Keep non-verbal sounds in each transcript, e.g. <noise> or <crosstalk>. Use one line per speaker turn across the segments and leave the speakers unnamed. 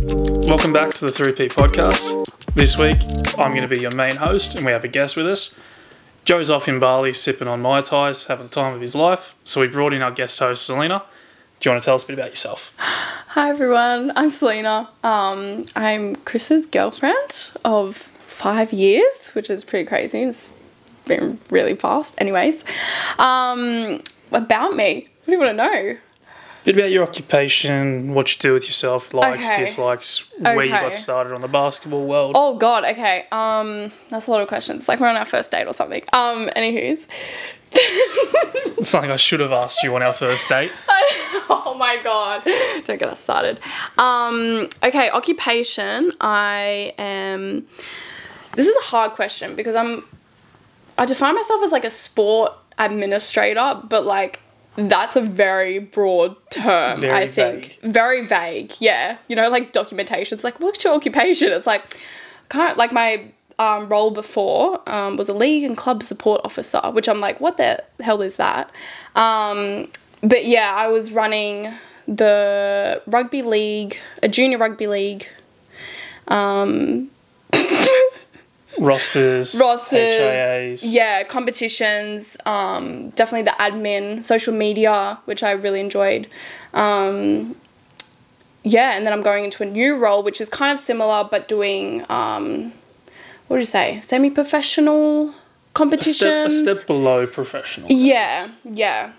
Welcome back to the 3P podcast. This week, I'm going to be your main host, and we have a guest with us. Joe's off in Bali sipping on Mai Tais, having the time of his life. So we brought in our guest host, Selena. Do you want to tell us a bit about yourself?
Hi everyone, I'm Selena. Um, I'm Chris's girlfriend of five years, which is pretty crazy. It's been really fast. Anyways, um, about me, what do you want to know?
A bit about your occupation, what you do with yourself, likes,
Okay.
dislikes, where you
Okay.
got started on the basketball world.
Oh god, okay. Um, that's a lot of questions. Like we're on our first date or something. Um, anywho's. <laughs>
Something I should have asked you on our first
<laughs>
date.
oh my god. Don't get us started. Um, okay, occupation. I am. This is a hard question because I'm. I define myself as like a sport administrator, but like that's a very broad term,
Very
I think. Very vague, yeah. You know, like documentation's like, what's your occupation? It's like, kind of like my um, role before um, was a league and club support officer, which I'm like, what the hell is that? Um, but yeah, I was running the rugby league, a junior rugby league. Um,
Rosters, HIAs.
rosters, yeah, competitions, um, definitely the admin, social media, which I really enjoyed. Um, yeah, and then I'm going into a new role, which is kind of similar, but doing um, what do you say, semi-professional
A step, a
competitions.
step below professional.
Yeah, yeah.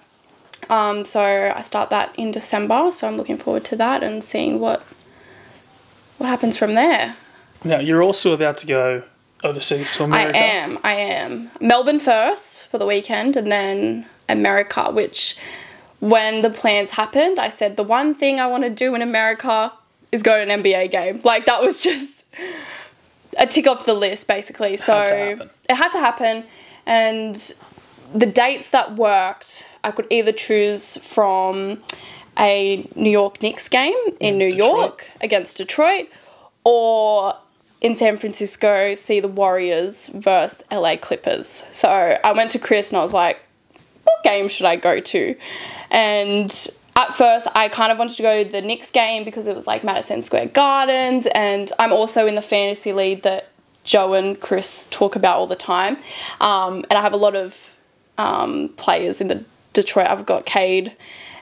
Um, so I start that in December, so I'm looking forward to that and seeing what what happens from there.
Now, you're also about to go overseas to America.
I am. I am. Melbourne first for the weekend and then America, which when the plans happened, I said the one thing I want to do in America is go to an NBA game. Like that was <laughs> just a tick off the list basically. So
had to happen.
it had to happen and the dates that worked, I could either choose from a New York Knicks game in
Against
New
Detroit.
York against Detroit or in San Francisco see the Warriors versus LA Clippers. So I went to Chris and I was like, what game should I go to? And at first, I kind of wanted to go to the Knicks game because it was like Madison Square Gardens, and I'm also in the fantasy league that Joe and Chris talk about all the time. Um, and I have a lot of um, players in the Detroit. I've got Cade,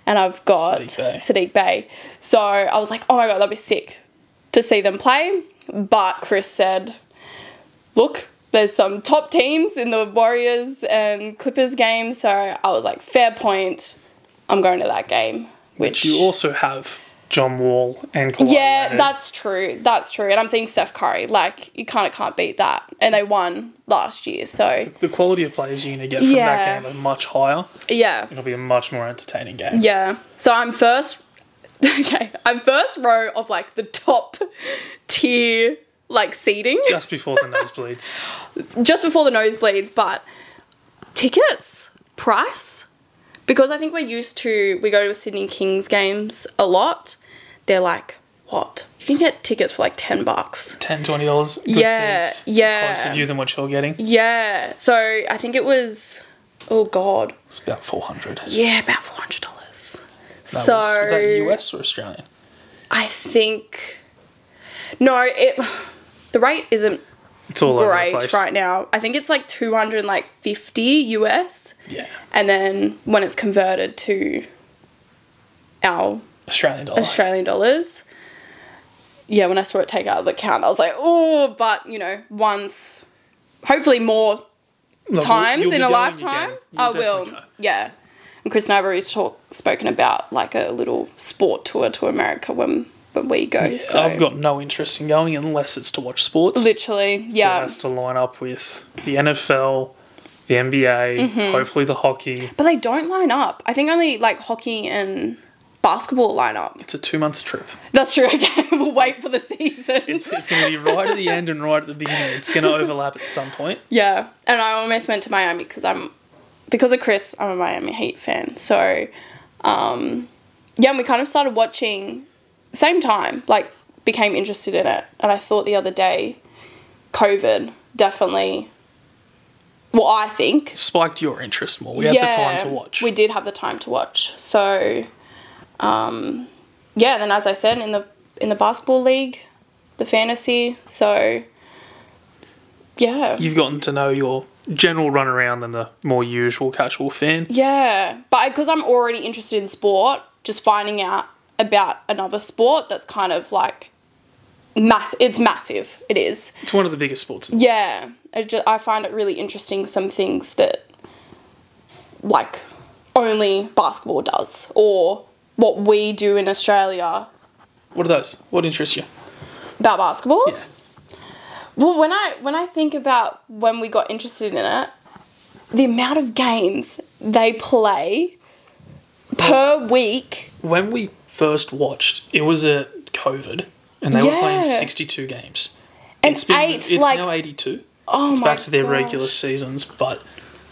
and I've got
Sadiq Bey.
Sadiq Bay. So I was like, oh my god, that'd be sick to see them play. But Chris said, look, there's some top teams in the Warriors and Clippers game, so I was like, fair point. I'm going to that game. Which
You also have John Wall and Kawhi
yeah,
Leonard.
that's true. That's true. And I'm seeing Steph Curry. Like you kind of can't beat that. And they won last year, so
The quality of players you're going to get from
Yeah.
that game are much higher.
yeah,
It'll be a much more entertaining game.
yeah. So I'm first. <laughs> Okay, I'm first row of like the top tier like seating.
<laughs> Just before the nosebleeds.
<laughs> just before the nosebleeds, but tickets, price, because I think we're used to we go to Sydney Kings games a lot. They're like what you can get tickets for like ten bucks.
$10, $20. Good
Yeah,
seats,
yeah.
Closer view than what you're getting.
Yeah, so I think it was oh god,
It's about 400 That
yeah, about four hundred dollars.
was-
So
was that US or Australian?
I think no, it the rate isn't
It's all over the
great
place.
right now. I think it's like two hundred and like fifty US.
Yeah.
and then when it's converted to our
Australian dollar.
Australian dollars, yeah, when I saw it take out of the account, I was like, oh, but you know, once, hopefully more
Look, you'll-
times
you'll be
in a
going
lifetime,
again. You'll
I will.
definitely go.
Yeah. And Chris and I have already talk, spoken about like a little sport tour to America when, when we go. so
I've got no interest in going unless it's to watch sports.
literally,
So it
yeah.
has to line up with the NFL, the NBA,
Mm-hmm.
hopefully the hockey.
but they don't line up. I think only like hockey and basketball line up.
It's a two month trip.
That's true. <laughs> Okay, we'll wait for the season.
It's, it's going to be right at the end and right at the beginning. It's going to overlap at some point.
Yeah, and I almost went to Miami because I'm because of Chris. I'm a Miami Heat fan, so um, yeah. And we kind of started watching same time, like became interested in it. And I thought the other day, COVID definitely. Well, I think
Spiked your interest more. We had the time to watch.
we did have the time to watch. So, um, yeah, and then as I said, in the in the basketball league, the fantasy. So yeah.
You've gotten to know your general runaround than the more usual casual fan.
Yeah, but because I'm already interested in sport, just finding out about another sport that's kind of like mass. It's massive. It is.
It's one of the biggest sports. in-
Yeah, I ju- I find it really interesting. Some things that like only basketball does, or what we do in Australia
What are those? What interests you?
about basketball. Well, when I when I think about when we got interested in it, the amount of games they play per week.
When we first watched, it was at COVID, and they were playing
Yeah.
62 games.
And
it's been,
eight,
it's
like-
now 82.
Oh
it's
my
back to their
gosh.
regular seasons, but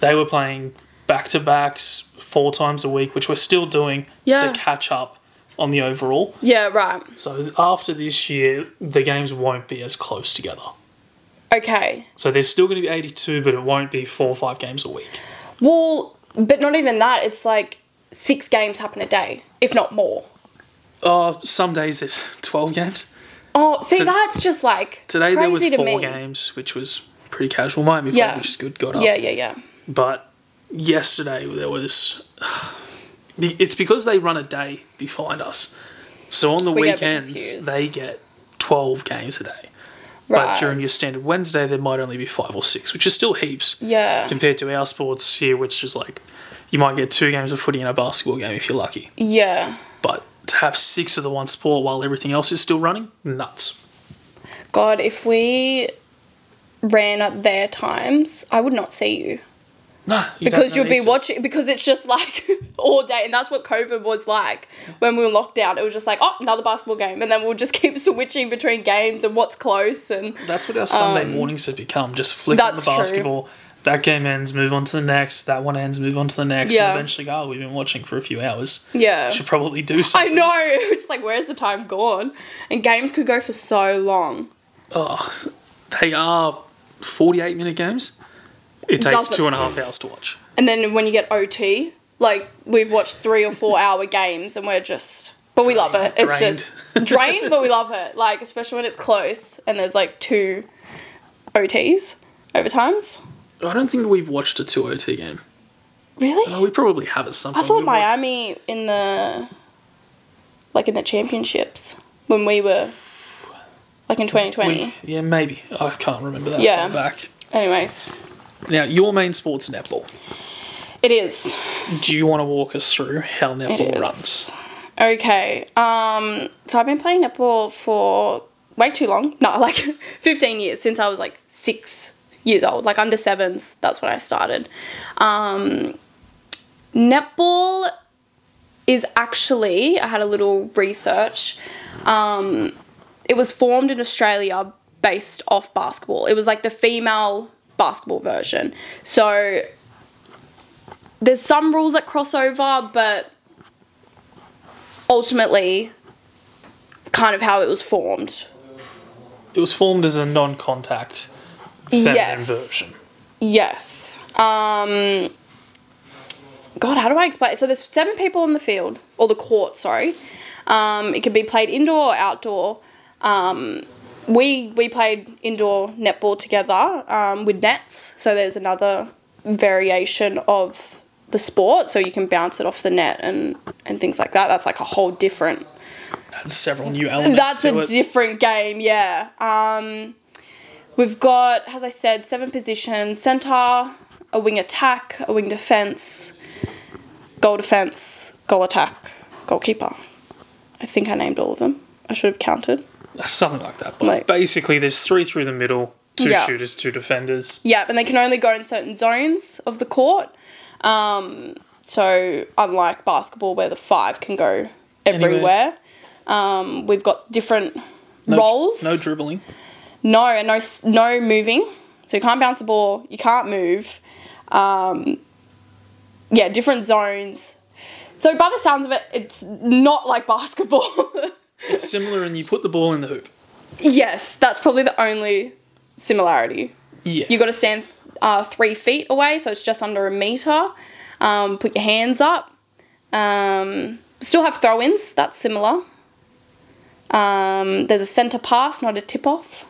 they were playing back to backs four times a week, which we're still doing
Yeah.
to catch up on the overall.
Yeah, right.
So after this year, the games won't be as close together.
Okay.
So there's still going to be 82, but it won't be four or five games a week.
Well, but not even that. It's like six games happen a day, if not more.
Oh, some days there's <laughs> 12 games.
Oh, see,
So-
that's just like
Today there was
crazy to
four
me.
games, which was pretty casual. Miami
Yeah.
played, which is good. Got up.
Yeah, yeah, yeah.
But yesterday there was. <sighs> be- It's because they run a day behind us, so on the
We get a bit
weekends
confused.
they get twelve games a day. But
Right.
during your standard Wednesday, there might only be five or six, which is still heaps
yeah.
compared to our sports here, which is like you might get two games of footy and a basketball game if you're lucky.
Yeah.
But to have six of the one sport while everything else is still running, nuts.
God, if we ran at their times, I would not see you.
No, you don't
because
know
you'll be
either.
watching because it's just <laughs> like all day and that's what covid was like when we were locked down it was just like oh another basketball game and then we'll just <laughs> keep switching between games and what's close and
That's what our Sunday mornings have become. Just flick on the
Um, that's true.
basketball. That game ends, move on to the next. That one ends, move on to the next.
Yeah.
And eventually, go, oh, we've been watching for a few hours.
yeah
Should probably do
i
something.
know <laughs> it's like where's the time gone and games could go for so long
Oh, they are 48 minute games. It takes
Doesn't-
two and a half hours to watch.
and then when you get ot like we've watched three or four hour <laughs> games and we're just but we love it
<laughs>
it's just drained but we love it like especially when it's close and there's like two ots overtimes
I don't think we've watched a 2 OT game.
really
Oh, we probably have at some
I
point.
thought
We've watched-
Miami in the like in the championships when we were like in 2020.
we- yeah, maybe. I can't remember that
Yeah.
far back.
Anyways,
Now, your main sport's netball.
it is.
Do you want to walk us through how
It
netball
is.
runs?
Okay. Um so I've been playing netball for way too long. No, <laughs> like 15 years since I was like 6 years old, like under 7s. That's when I started. Um netball is actually I had a little research. Um, it was formed in Australia based off basketball. It was like the female basketball version. So there's some rules that cross over, but ultimately, kind of how it was formed.
It was formed as a non contact feminine
Yes.
version.
Yes. Um, God, how do I explain? So there's seven people in the field or the court. Sorry. Um, it can be played indoor or outdoor. Um, we we played indoor netball together um, with nets. So there's another variation of the sport. So you can bounce it off the net and and things like that. That's like a whole different
Add several new elements.
that's
to
a
it.
different game, yeah. Um, we've got, as I said, seven positions centre, a wing attack, a wing defence, goal defence, goal attack, goalkeeper. I think I named all of them. I should have counted.
Uh, something like that. But
Like-
basically, there's three through the middle, two
Yeah.
shooters, two defenders.
Yeah, and they can only go in certain zones of the court. Um, so, unlike basketball, where the five can go everywhere, um, we've got different
No,
roles.
No dribbling.
No, and no s- no moving. So you can't bounce the ball. You can't move. Um, yeah, different zones. So by the sounds of it, it's not like basketball. <laughs>
It's similar, and you put the ball in the hoop.
yes, that's probably the only similarity.
Yeah.
You got to stand uh, three feet away, so it's just under a meter. Um, put your hands up. Um, still have throw-ins. That's similar. Um, there's a centre pass, not a tip off.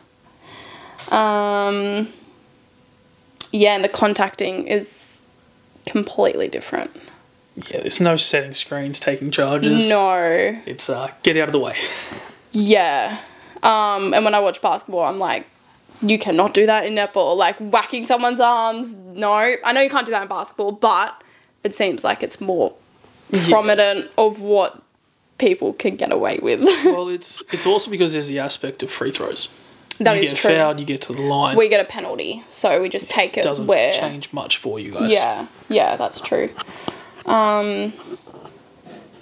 Um, yeah, and the contacting is completely different.
Yeah, there's no setting screens taking charges.
no.
It's uh, get out of the way. <laughs>
Yeah. Um, and when I watch basketball, I'm like, you cannot do that in netball. Like whacking someone's arms. No. I know you can't do that in basketball, but it seems like it's more prominent of what people can get away with. <laughs>
well, it's it's also because there's the aspect of free throws.
That
you
is
get
true.
fouled, you get to the line.
We get a penalty, so we just take it
doesn't
where.
change much for you guys.
Yeah, yeah, that's true. Um,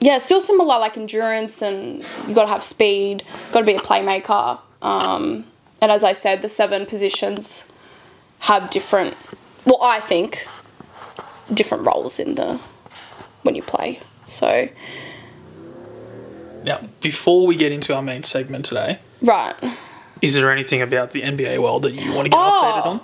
yeah, still similar like endurance, and you got to have speed, got to be a playmaker. Um, and as I said, the seven positions have different, well, I think, different roles in the when you play. So
Now, before we get into our main segment today,
right.
is there anything about the NBA world that you want to get updated
Oh.
on?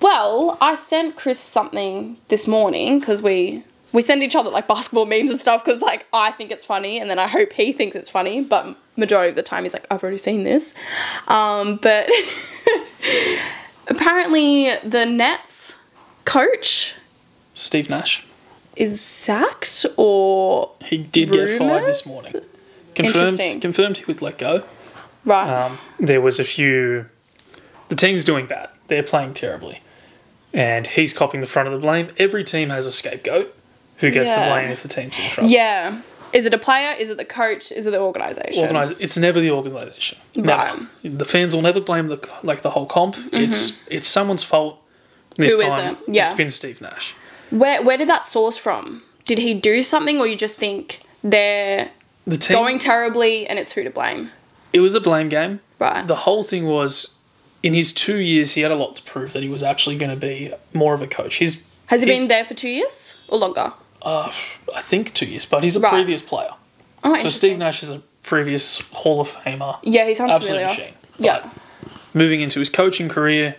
Well, I sent Chris something this morning because we we send each other like basketball memes and stuff because like I think it's funny and then I hope he thinks it's funny, but majority of the time he's like, I've already seen this. Um, but <laughs> apparently the Nets coach
Steve Nash.
is sacked or
He did get fired this
Rumours?
morning. Confirmed,
Interesting.
confirmed he was let go.
right.
Um, there was a few. The team's doing bad. They're playing terribly. And he's copying the front of the blame. Every team has a scapegoat who gets the
Yeah.
blame if the team's in trouble.
yeah. Is it a player? Is it the coach? Is it the organization?
Organize, it's never the organization.
Right.
The fans will never blame the like the whole comp. It's it's someone's fault. This
Mm-hmm. Who
time,
isn't? Yeah.
it's been Steve Nash.
Where where did that source from? Did he do something or you just think they're
The team
going terribly and it's who to blame?
it was a blame game.
Right.
The whole thing was in his two years he had a lot to prove that he was actually going to be more of a coach. He's
Has he
he's-
been there for two years or longer?
Uh, I think two years, but he's a
Right.
previous player.
Oh,
So
interesting.
Steve Nash is a previous Hall of Famer,
yeah, he sounds
absolute
familiar.
machine.
Yeah,
Moving into his coaching career,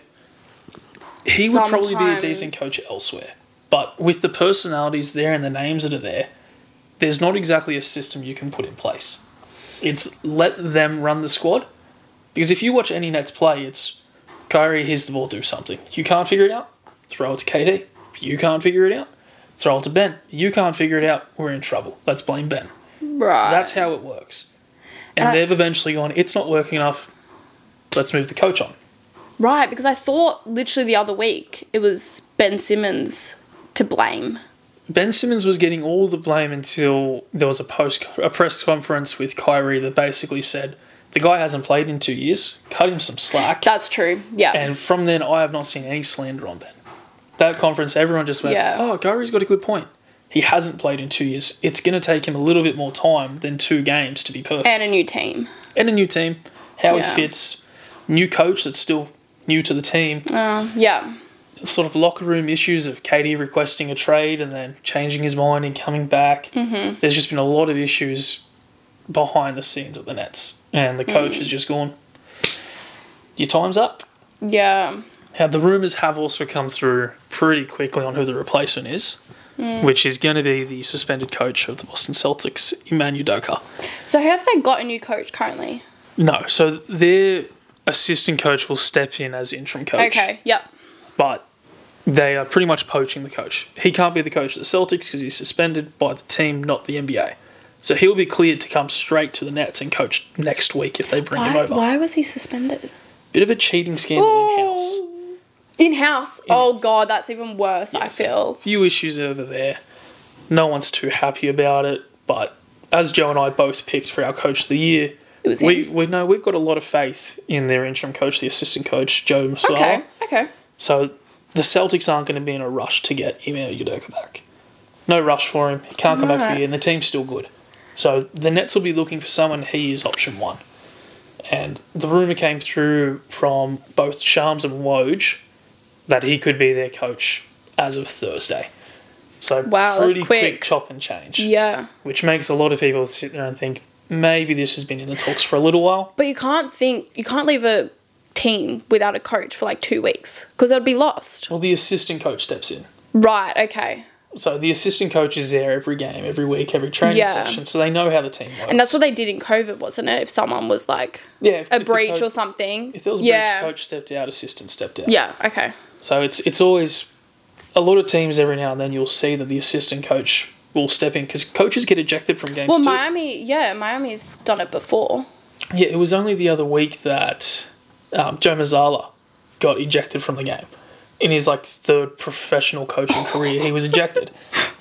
he would probably be a decent
Sometimes.
coach elsewhere. But with the personalities there and the names that are there, there's not exactly a system you can put in place. It's let them run the squad. Because if you watch any Nets play, it's Kyrie, here's the ball, do something. You can't figure it out, throw it to KD. You can't figure it out, throw it to Ben. You can't figure it out, we're in trouble. Let's blame Ben.
right.
That's how it works. And
And I-
they've eventually gone, it's not working enough. Let's move the coach on.
right, because I thought literally the other week it was Ben Simmons to blame.
Ben Simmons was getting all the blame until there was a post a press conference with Kyrie that basically said the guy hasn't played in two years. Cut him some slack.
That's true. Yeah.
and from then, I have not seen any slander on Ben. That conference, everyone just went,
Yeah.
"Oh, Kyrie's got a good point. He hasn't played in two years. It's going to take him a little bit more time than two games to be perfect."
and a new team.
and a new team, how
Yeah.
he fits, new coach that's still new to the team,
Uh, yeah.
sort of locker room issues of Katie requesting a trade and then changing his mind and coming back. Mm-hmm. There's just been a lot of issues behind the scenes at the Nets, and the coach has just gone. Your time's up.
Yeah.
Now the rumors have also come through pretty quickly on who the replacement is, which is going to be the suspended coach of the Boston Celtics, Imanu Doka.
So have they got a new coach currently?
No, so their assistant coach will step in as interim coach.
Okay. Yep.
but they are pretty much poaching the coach. He can't be the coach of the Celtics because he's suspended by the team, not the NBA. So he'll be cleared to come straight to the Nets and coach next week if they bring him
Why,
over.
why was he suspended?
Bit of a cheating scandal in house.
In house. Oh
In-house.
god, that's even worse. I feel.
Few issues over there. No one's too happy about it, but as Joe and I both picked for our coach of the year,
It was
we, we know we've got a lot of faith in their interim coach, the assistant coach, Joe Masala.
Okay. Okay.
So the Celtics aren't going to be in a rush to get Ime Udoka back. No rush for him. He can't come back for
Right.
a year, and the team's still good. So the Nets will be looking for someone. He is option one. And the rumour came through from both Shams and Woj that he could be their coach as of Thursday. So
Wow, that's
pretty quick.
quick.
chop and change,
Yeah.
which makes a lot of people sit there and think maybe this has been in the talks for a little while.
But you can't think, you can't leave a team without a coach for like two weeks because they'd be lost.
Well, the assistant coach steps in.
Right, okay.
So the assistant coach is there every game, every week, every training
Yeah.
session, so they know how the team works.
And that's what they did in COVID, wasn't it? If someone was like
yeah, if,
a
if the
breach
coach-
or something.
If there was a
yeah.
breach, coach stepped out, assistant stepped out.
Yeah, okay.
So it's it's always a lot of teams every now and then you'll see that the assistant coach will step in because coaches get ejected from games
Well,
too.
Miami, yeah, Miami's done it before.
Yeah, it was only the other week that um, Joe Mazzala got ejected from the game. In his like third professional coaching career, he was
<laughs>
ejected.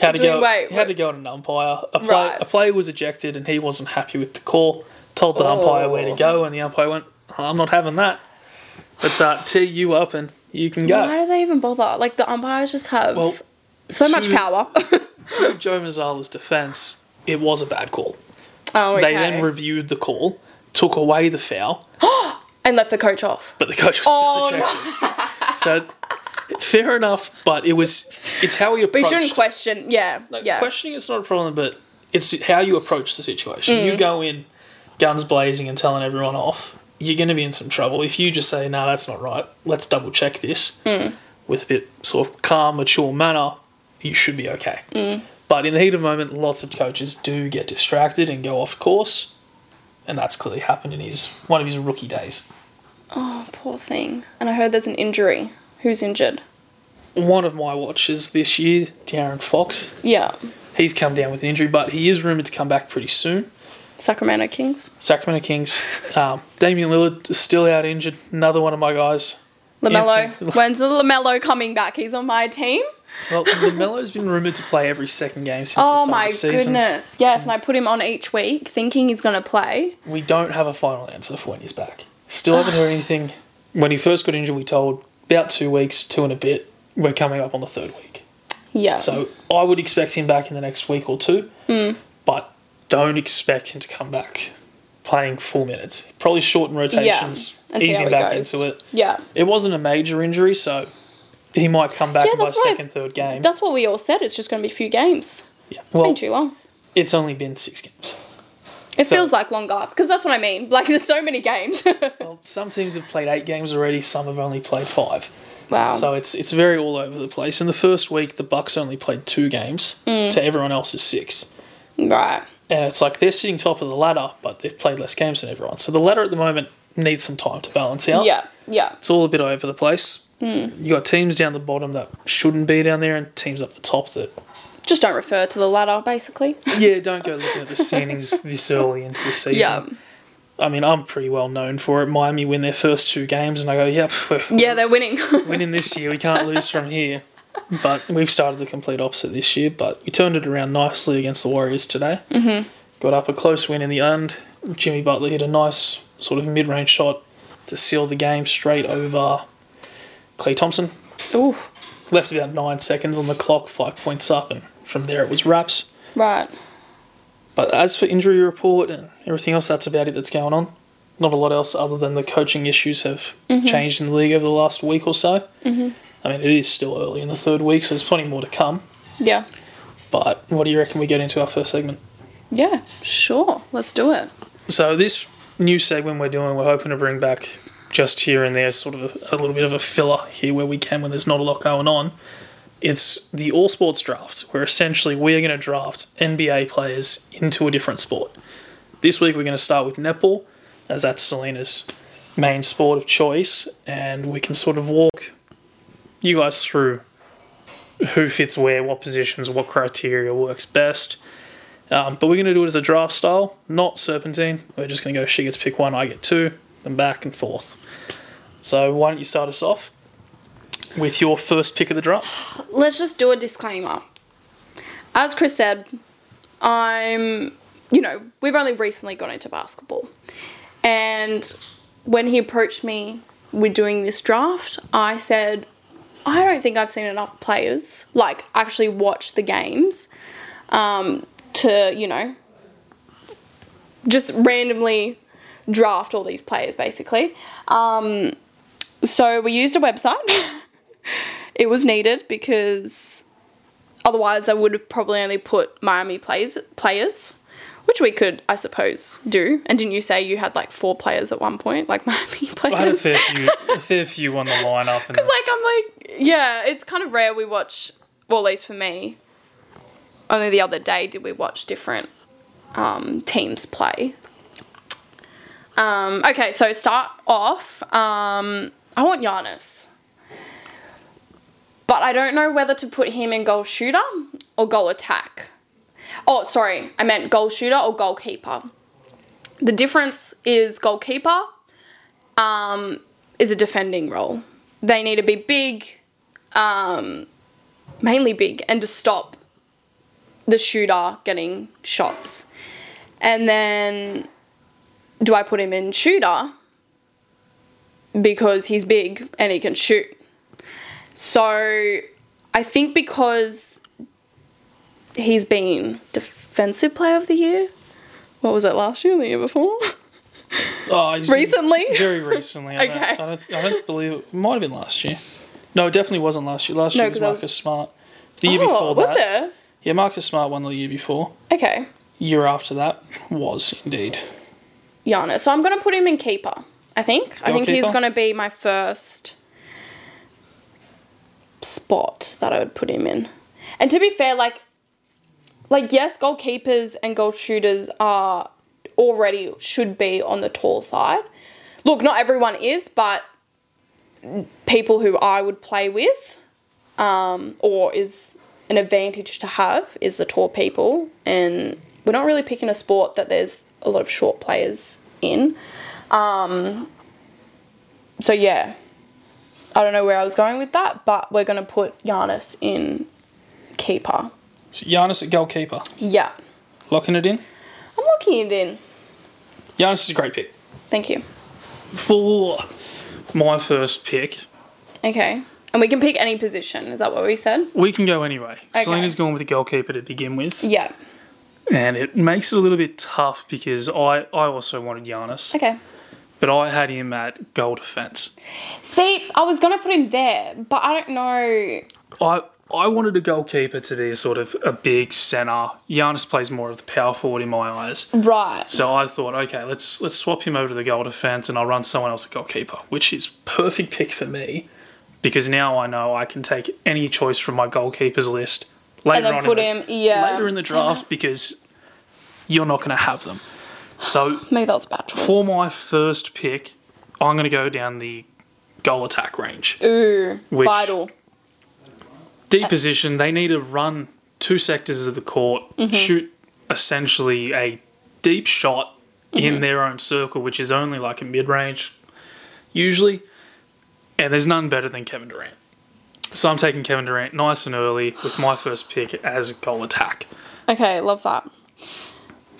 Had to
Doing-
go.
wait,
had to
wait.
go on an umpire. A, play,
Right.
a player was ejected, and he wasn't happy with the call. Told the umpire where to
Oh.
go, and the umpire went, "Oh, "I'm not having that. Let's uh, tee you up, and you can go."
Why do they even bother? Like the umpires just have
Well,
so much
two-
power. <laughs>
to Joe Mazzala's defense, it was a bad call.
oh, okay.
They then reviewed the call, took away the foul,
and left the coach off.
but the coach was still
Oh, no.
ejected. So fair enough, but it was it's how you
But
approach.
you shouldn't question. Yeah,
like,
yeah.
Questioning it's not a problem, but it's how you approach the situation.
Mm.
You go in guns blazing and telling everyone off. You're going to be in some trouble if you just say, "No, that's not right. Let's double check this."
Mm.
With a bit sort of calm, mature manner, you should be okay.
Mm.
But in the heat of the moment, lots of coaches do get distracted and go off course, and that's clearly happened in his one of his rookie days.
Oh, poor thing. And I heard there's an injury. Who's injured?
One of my watches this year, Darren Fox,
Yeah,
He's come down with an injury, but he is rumoured to come back pretty soon.
Sacramento Kings.
Sacramento Kings. Um, Damian Lillard is still out injured. Another one of my guys.
Lamelo.
Anthony-
When's the Lamelo coming back? He's on my team.
Well, Melo's been rumoured to play every second game since the
Oh
start
my
of the season.
goodness. Yes, and I put him on each week thinking he's going to play.
We don't have a final answer for when he's back. Still haven't heard anything. When he first got injured, we told about two weeks, two and a bit. We're coming up on the third week.
Yeah.
So I would expect him back in the next week or two,
Hmm.
but don't expect him to come back playing full minutes. Probably shorten
yeah.
rotations,
And see
ease
how
him
he
back
goes.
into it.
Yeah.
It wasn't a major injury, so he might come back
Yeah,
by
that's what I-
second, third game.
That's what we all said. It's just going to be a few games.
yeah.
It's
Well,
been too long.
it's only been six games.
It
so-
feels like longer because that's what I mean. Like there's so many games. <laughs>
Well, some teams have played eight games already. Some have only played five.
wow.
So it's it's very all over the place. In the first week, the Bucks only played two games
Hmm.
to everyone else's six.
right.
and it's like they're sitting top of the ladder, but they've played less games than everyone. So the ladder at the moment needs some time to balance out.
Yeah. Hmm. Yeah.
it's all a bit over the place. You got teams down the bottom that shouldn't be down there, and teams up the top that
Just don't refer to the ladder, basically.
yeah, don't go looking at the
<laughs>
standings this early into the season.
yeah.
I mean, I'm pretty well known for it. Miami win their first two games, and I go, yep, we're
Yeah, they're winning. <laughs>
winning this year. We can't lose from here. But we've started the complete opposite this year. But we turned it around nicely against the Warriors today. Mm-hmm. Got up a close win in the end. Jimmy Butler hit a nice sort of mid-range shot to seal the game straight over Clay Thompson.
Ooh.
Left about nine seconds on the clock, five points up, and from there it was wraps.
Right.
But as for injury report and everything else, that's about it that's going on. Not a lot else other than the coaching issues have changed in the league over the last week or so. Mm-hmm. I mean, it is still early in the third week, so there's plenty more to come.
Yeah.
But what do you reckon we get into our first segment?
Yeah. Sure. Let's do it.
So, this new segment we're doing, we're hoping to bring back just here and there, sort of a, a little bit of a filler here where we can when there's not a lot going on. It's the all sports draft, where essentially we're going to draft NBA players into a different sport. This week we're going to start with netball, as that's Selena's main sport of choice, and we can sort of walk you guys through who fits where, what positions, what criteria works best. Um, but we're going to do it as a draft style, not serpentine. We're just going to go she gets pick one, I get two, and back and forth. So why don't you start us off with your first pick of the draft?
let's just do a disclaimer. As Chris said, I'm, you know, we've only recently gone into basketball. And when he approached me, we're doing this draft, I said, I don't think I've seen enough players, like, actually watch the games um, to, you know, just randomly draft all these players, basically. Um, so we used a website. <laughs> it was needed because otherwise I would have probably only put Miami plays, players, which we could, I suppose, do. And didn't you say you had like four players at one point, like <laughs> Miami players?
I had a fair few, a fair few on the lineup, and
It's like I'm like yeah, it's kind of rare we watch. Well, at least for me, only the other day did we watch different um, teams play. Um, okay, so start off. Um, I want Giannis, but I don't know whether to put him in goal shooter or goal attack. Oh, sorry, I meant goal shooter or goalkeeper. The difference is goalkeeper um, is a defending role. They need to be big, um, mainly big, and to stop the shooter getting shots. And then do I put him in shooter? Because he's big and he can shoot. So I think because he's been defensive player of the year, what was it last year and the year before? <laughs>
Oh, he's been-
Recently?
very recently. I
Okay.
Don't, I, don't, I don't believe it. it might have been last year. No, it definitely wasn't last year. Last
No,
year was
'cause I
Marcus
was-
Smart. The year
oh,
before
was
that, yeah, Marcus Smart won the year before.
it? Okay.
Year after that was indeed.
Giannis. So I'm going to put him in keeper, I think. I think he's
Goalkeeper?
going to be my first spot that I would put him in. And to be fair, like, like yes, goalkeepers and goal shooters are already should be on the tall side. Look, not everyone is, but people who I would play with, um, or is an advantage to have, is the tall people. And we're not really picking a sport that there's a lot of short players in. Um, so yeah, I don't know where I was going with that, but we're gonna put Giannis in keeper.
So Giannis at goalkeeper.
Yeah,
Locking it in.
I'm locking it in.
Giannis is a great pick.
Thank you.
For my first pick,
Okay, and we can pick any position. Is that what we said?
we can go anyway.
Okay.
Selena's gone with the goalkeeper to begin with.
Yeah.
And it makes it a little bit tough because I, I also wanted Giannis,
Okay.
but I had him at goal defence.
See, I was gonna put him there, but I don't know.
I I wanted a goalkeeper to be sort of a big centre. Giannis plays more of the power forward in my eyes.
Right.
So I thought, okay, let's let's swap him over to the goal defence and I'll run someone else at goalkeeper, which is perfect pick for me because now I know I can take any choice from my goalkeepers list
and
later
then
on
put
in the-
him. Yeah.
later in the draft because you're not going to have them. So
Maybe that was a bad choice.
for my first pick, I'm going to go down the goal attack range.
Uh, Ooh,
Which-
vital.
Deep position, they need to run two sectors of the court, shoot essentially a deep shot in their own circle, which is only like a mid range usually. And there's none better than Kevin Durant. So I'm taking Kevin Durant nice and early with my first pick as goal attack.
Okay, love that.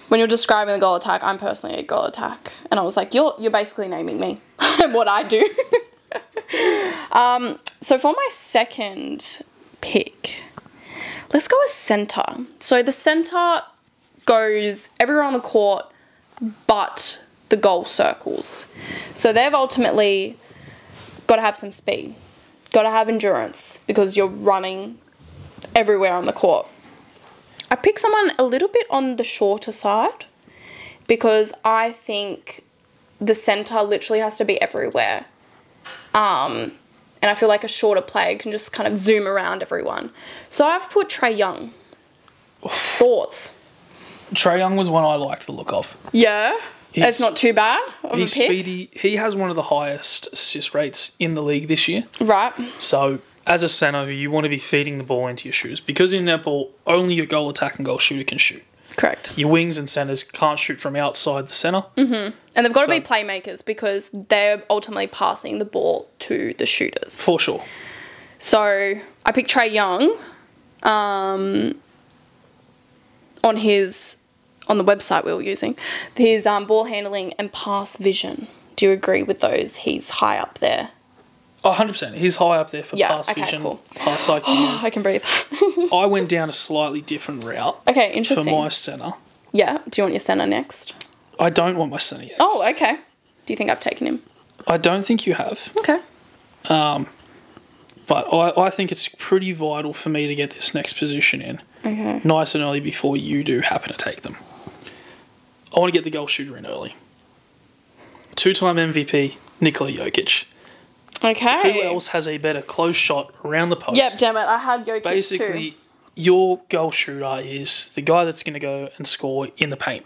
When you're describing the goal attack, I'm personally a goal attack, and I was like, "You're you're basically naming me <laughs> and what I do." <laughs> um, so for my second pick, let's go with center. So the center goes everywhere on the court, but the goal circles. So they've ultimately got to have some speed, got to have endurance because you're running everywhere on the court. I picked someone a little bit on the shorter side because I think the center literally has to be everywhere. Um, and I feel like a shorter player can just kind of zoom around everyone. So I've put Trey Young. Thoughts?
Trey Young was one I liked the look of.
Yeah,
He's-
it's not too bad of
He's
a pick,
speedy. He has one of the highest assist rates in the league this year.
right?
So, as a centre, you want to be feeding the ball into your shoes because in netball, only your goal attack and goal shooter can shoot.
Correct.
Your wings and centres can't shoot from outside the center
Mm. And they've got to
So-
be playmakers because they're ultimately passing the ball to the shooters.
for sure.
So I picked Trey Young um, on his on the website we were using. His um, ball handling and pass vision. Do you agree with those? He's high up there.
Oh, 100%. He's high up there for
Yeah,
pass
okay,
vision,
cool.
pass IQ.
<gasps> I can breathe.
I went down a slightly different route
<laughs> okay,
for
interesting.
my centre.
yeah. Do you want your center next?
I don't want my centre yet.
Oh, okay. Do you think I've taken him?
I don't think you have.
Okay.
But I, I think it's pretty vital for me to get this next position in
Okay.
nice and early before you do happen to take them. I want to get the goal shooter in early. Two time MVP, Nikola Jokic.
Okay.
Who else has a better close shot around the post?
Yep. Damn it! I had Jokic
Basically, your goal shooter is the guy that's going to go and score in the paint.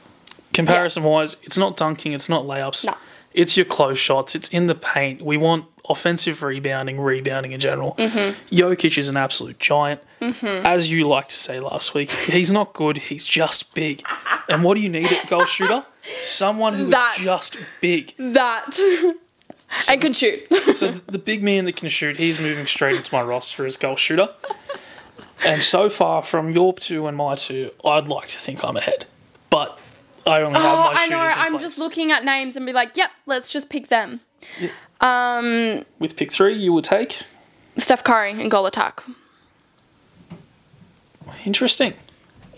Comparison wise, it's not dunking, it's not layups,
No.
it's your close shots, it's in the paint. We want offensive rebounding, rebounding in general.
Mm-hmm.
Jokic is an absolute giant. As you like to say last week, he's not good, he's just big. And what do you need at goal
<laughs>
shooter? Someone who is
That.
just big.
That. and
<laughs>
can shoot.
So th- the big man that can shoot, he's moving straight into my roster as goal shooter. And so far, from your two and my two, I'd like to think I'm ahead, but I only have my
Oh, <laughs> I
shooters
know.
in
I'm
place.
just looking at names and be like, yep, let's just pick them. Um,
With pick three, you will take.
Steph Curry and goal attack.
Interesting,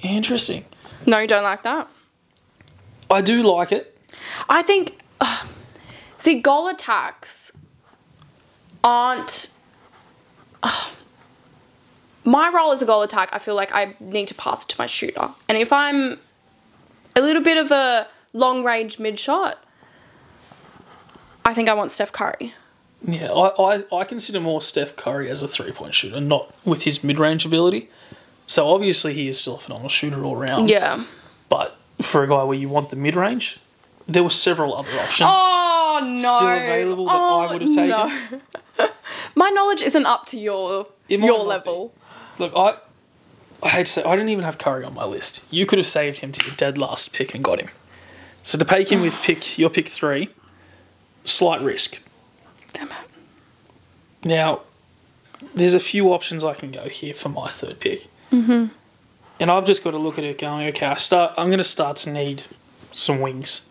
interesting.
No, you don't like that.
I do like it.
I think. ugh. see, goal attacks aren't. ugh. my role as a goal attack, I feel like I need to pass it to my shooter. And if I'm a little bit of a long range mid shot, I think I want Steph Curry.
Yeah, I, I, I consider more Steph Curry as a three point shooter, not with his mid range ability. So obviously, he is still a phenomenal shooter all round.
Yeah.
But for a guy where you want the mid range, there were several other options.
Oh no! Oh,
still available that I would have
no. <laughs> My knowledge isn't up to your
It might
your
not
level.
Look, I, I hate to say, I didn't even have Curry on my list. You could have saved him to your dead last pick and got him. So to take him with pick your pick three, slight risk.
Damn it!
Now, there's a few options I can go here for my third pick, mm-hmm. and I've just got to look at it going, okay, I start. I'm going to start to need some wings.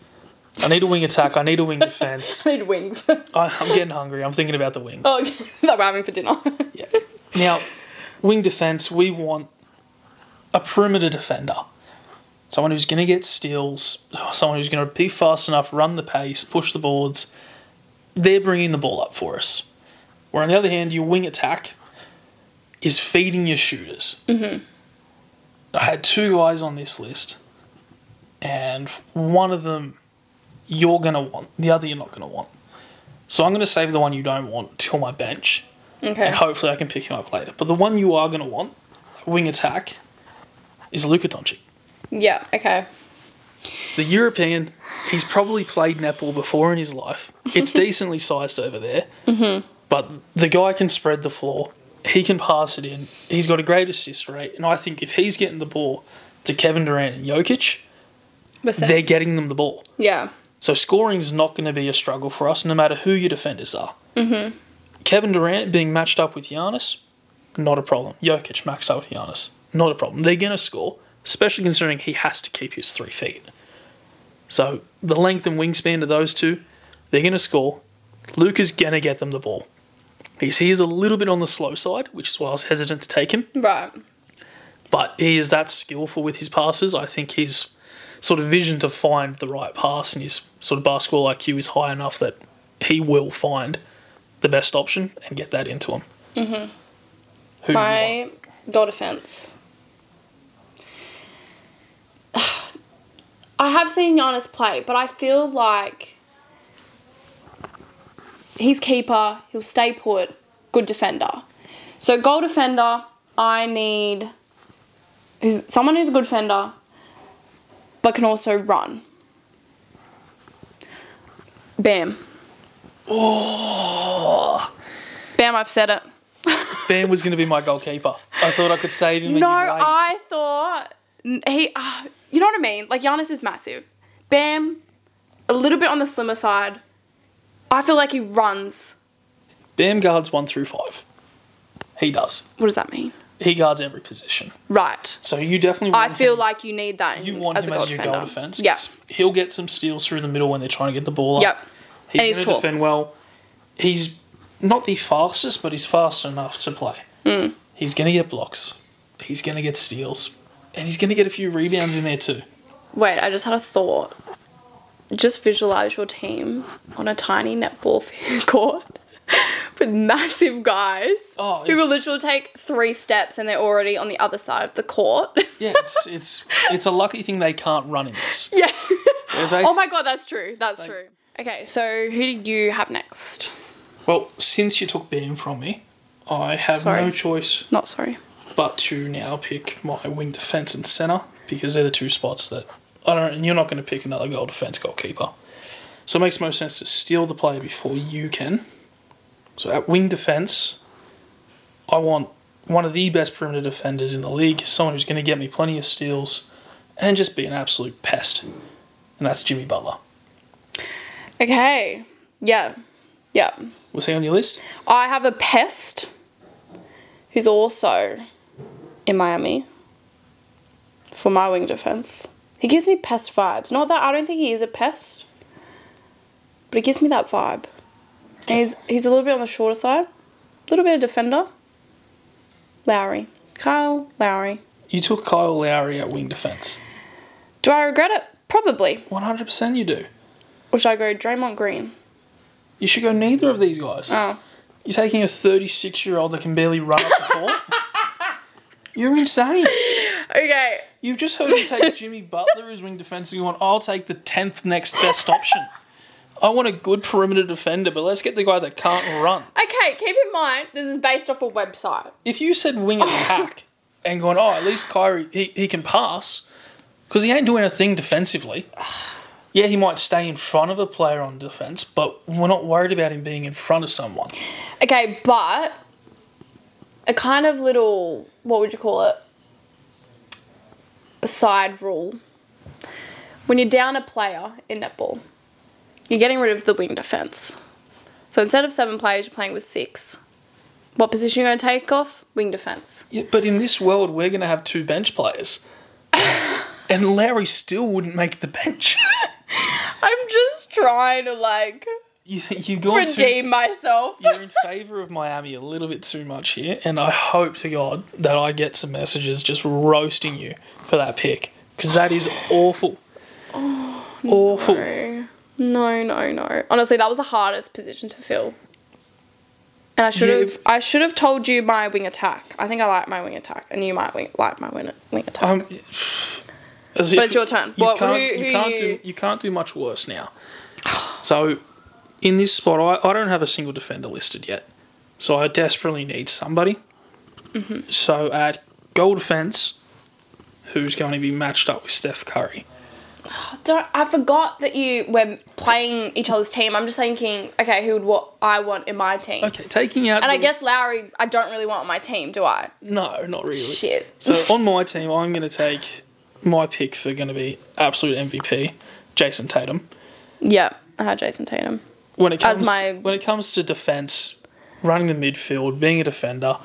I need a wing attack. I need a wing defense.
I need wings. <laughs>
I, I'm getting hungry. I'm thinking about the wings.
oh, <laughs> okay. that we're having for dinner. <laughs>
Yeah. <laughs> Now, wing defense, we want a perimeter defender. Someone who's going to get steals, someone who's going to be fast enough, run the pace, push the boards. They're bringing the ball up for us. Where, on the other hand, your wing attack is feeding your shooters. Mm-hmm. I had two guys on this list, and one of them you're going to want, the other you're not going to want. So I'm going to save the one you don't want till my bench
okay.
and hopefully I can pick him up later. But the one you are going to want, wing attack, is Luka Doncic.
Yeah. Okay.
The European, he's probably played netball before in his life. It's decently sized over there, but the guy can spread the floor. He can pass it in. He's got a great assist rate, and I think if he's getting the ball to Kevin Durant and Jokic,
We're set.
they're getting them the ball.
yeah.
So scoring's not going to be a struggle for us, no matter who your defenders are. Mm-hmm. Kevin Durant being matched up with Giannis, not a problem. Jokic matched up with Giannis, not a problem. They're going to score, especially considering he has to keep his three feet. So the length and wingspan of those two, they're going to score. Luca's going to get them the ball. He's, he is a little bit on the slow side, which is why I was hesitant to take him
Right.
but he is that skillful with his passes. I think his sort of vision to find the right pass and his sort of basketball IQ is high enough that he will find the best option and get that into him. Mm-hmm. Who do you want?
My goal defense. <sighs> I have seen Giannis play, but I feel like he's keeper. He'll stay put. Good defender. So goal defender, I need who's someone who's a good defender, but can also run. Bam. Oh. Bam! I've said it.
Bam was going to be my goalkeeper. I thought I could save him. and
No,
you wait.
I thought n- he. ah, you know what I mean? Like Giannis is massive. Bam, a little bit on the slimmer side. I feel like he runs.
Bam guards one through five. He does.
What does that mean?
He guards every position.
Right.
So you definitely.
I
want
feel
him-
like you need that.
you
in-
want
as
him
a goal
as your
defender.
goal defense.
Yeah.
He'll get some steals through the middle when they're trying to get the ball up.
Yep.
He's
And he's
going to
tall.
defend well. He's not the fastest, but he's fast enough to play.
Hmm.
He's going to get blocks. He's going to get steals. And he's going to get a few rebounds in there too.
Wait, I just had a thought. Just visualize your team on a tiny netball <laughs> court with massive guys
Oh,
who will
it's-
literally take three steps and they're already on the other side of the court. <laughs>
Yeah, it's it's it's a lucky thing they can't run in this.
Yeah.
If they-
oh my god, that's true. That's true. Okay, so who do you have next?
Well, since you took Bam from me, I have
Sorry.
no choice
Not sorry.
but to now pick my wing defence and centre because they're the two spots that I don't. And you're not going to pick another goal defence goalkeeper, so it makes most sense to steal the player before you can. So at wing defence, I want one of the best perimeter defenders in the league, someone who's going to get me plenty of steals, and just be an absolute pest, and that's Jimmy Butler.
Okay. Yeah. Yeah.
Was he on your list?
I have a pest who's also in Miami for my wing defense. He gives me pest vibes. Not that I don't think he is a pest, but he gives me that vibe. And he's he's a little bit on the shorter side, a little bit of defender. Lowry, Kyle Lowry.
You took Kyle Lowry at wing defence.
Do I regret it? Probably.
One hundred percent, you do.
Or should I go Draymond Green?
You should go neither of these guys.
Oh,
You're taking a 36 year old that can barely run up the court. You're insane.
okay.
You've just heard me take Jimmy Butler as wing defense, and you want I'll take the tenth next best option. I want a good perimeter defender, but let's get the guy that can't run.
Okay, keep in mind this is based off a website.
If you said wing attack and going, oh, at least Kyrie he, he can pass, because he ain't doing a thing defensively. Yeah, he might stay in front of a player on defense, but we're not worried about him being in front of someone.
Okay, but a kind of little what would you call it? A side rule. When you're down a player in netball, you're getting rid of the wing defense. So instead of seven players, you're playing with six. What position you're going to take off? Wing defense.
Yeah, but in this world, we're going to have two bench players. and Larry still wouldn't make the bench. <laughs>
I'm just trying to like
You, you've gone too,
redeem myself.
you're in favour of Miami a little bit too much here, and I hope to God that I get some messages just roasting you for that pick because that is awful. awful.
No, no, no, no. Honestly, that was the hardest position to fill. And I should
Yeah,
have,
if-
I should have told you my wing attack. I think I like my wing attack, and you might wing, like my wing, wing attack.
Um, as if-
it's your turn.
You
What-
can't,
who-
you
who
can't
you-
do you can't do much worse
<sighs>
now. So, in this spot, I, I don't have a single defender listed yet. So I desperately need somebody.
Mm-hmm.
So at goal defense, who's going to be matched up with Steph Curry?
I Don't, I forgot that you were playing each other's team. I'm just thinking, okay, who would what I want in my team?
Okay, taking out
And I
the-
guess Lowry, I don't really want on my team, do I?
no, not really.
Shit.
So on my team, I'm going to take my pick for going to be absolute MVP, Jason Tatum.
Yeah, I had Jason Tatum.
when it
as
comes
my-
when it comes to defense, running the midfield, being a defender,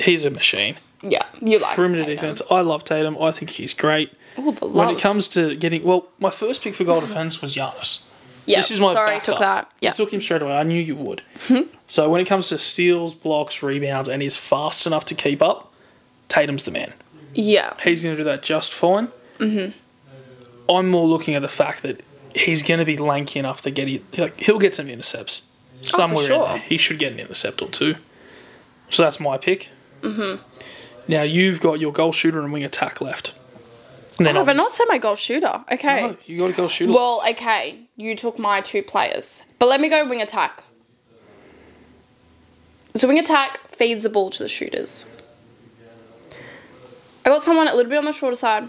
he's a machine.
Yeah, you like
Perimeter
Tatum.
defense. I love Tatum. I think he's great.
Ooh, the
When
love.
it comes to getting well, my first pick for goal defense was Giannis.
yeah,
this is my
sorry,
backup.
took that. Yeah, Mm-hmm.
I took him straight away. I knew you would. so when it comes to steals, blocks, rebounds, and he's fast enough to keep up, Tatum's the man.
yeah.
He's going to do that just fine. Mm-hmm. I'm more looking at the fact that he's going to be lanky enough to get he, like he'll get some intercepts somewhere.
Oh, sure.
in there. He should get an intercept or two. So that's my pick. Mm-hmm. Now you've got your goal shooter and wing attack left. And then
Oh, but not
obviously-
said my goal shooter. Okay.
No, you got a goal shooter.
Well, okay, you took my two players, but let me go wing attack. So wing attack feeds the ball to the shooters. I got someone a little bit on the shorter side.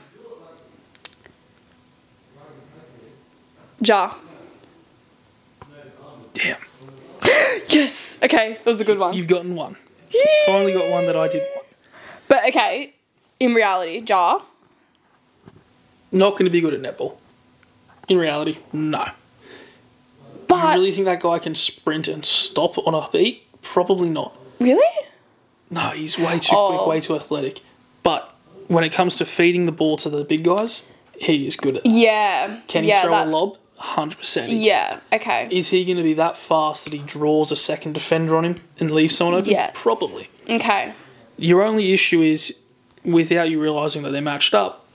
Ja.
Damn,
<laughs> Yes. Okay, that was a good one.
you've gotten one. Finally got one that I did. want.
<laughs> But okay, in reality, Ja.
Not going to be good at netball. In reality, no. You
But
really think that guy can sprint and stop on a beat? Probably not.
really?
No, he's way too
Oh.
quick, way too athletic. But when it comes to feeding the ball to the big guys, he is good at that.
Yeah.
Can he
yeah,
throw a
that's-
lob? 100%. he can.
Yeah. Okay.
Is he going to be that fast that he draws a second defender on him and leaves someone open?
Yes.
Probably.
Okay.
Your only issue is, without you realising that they're matched up,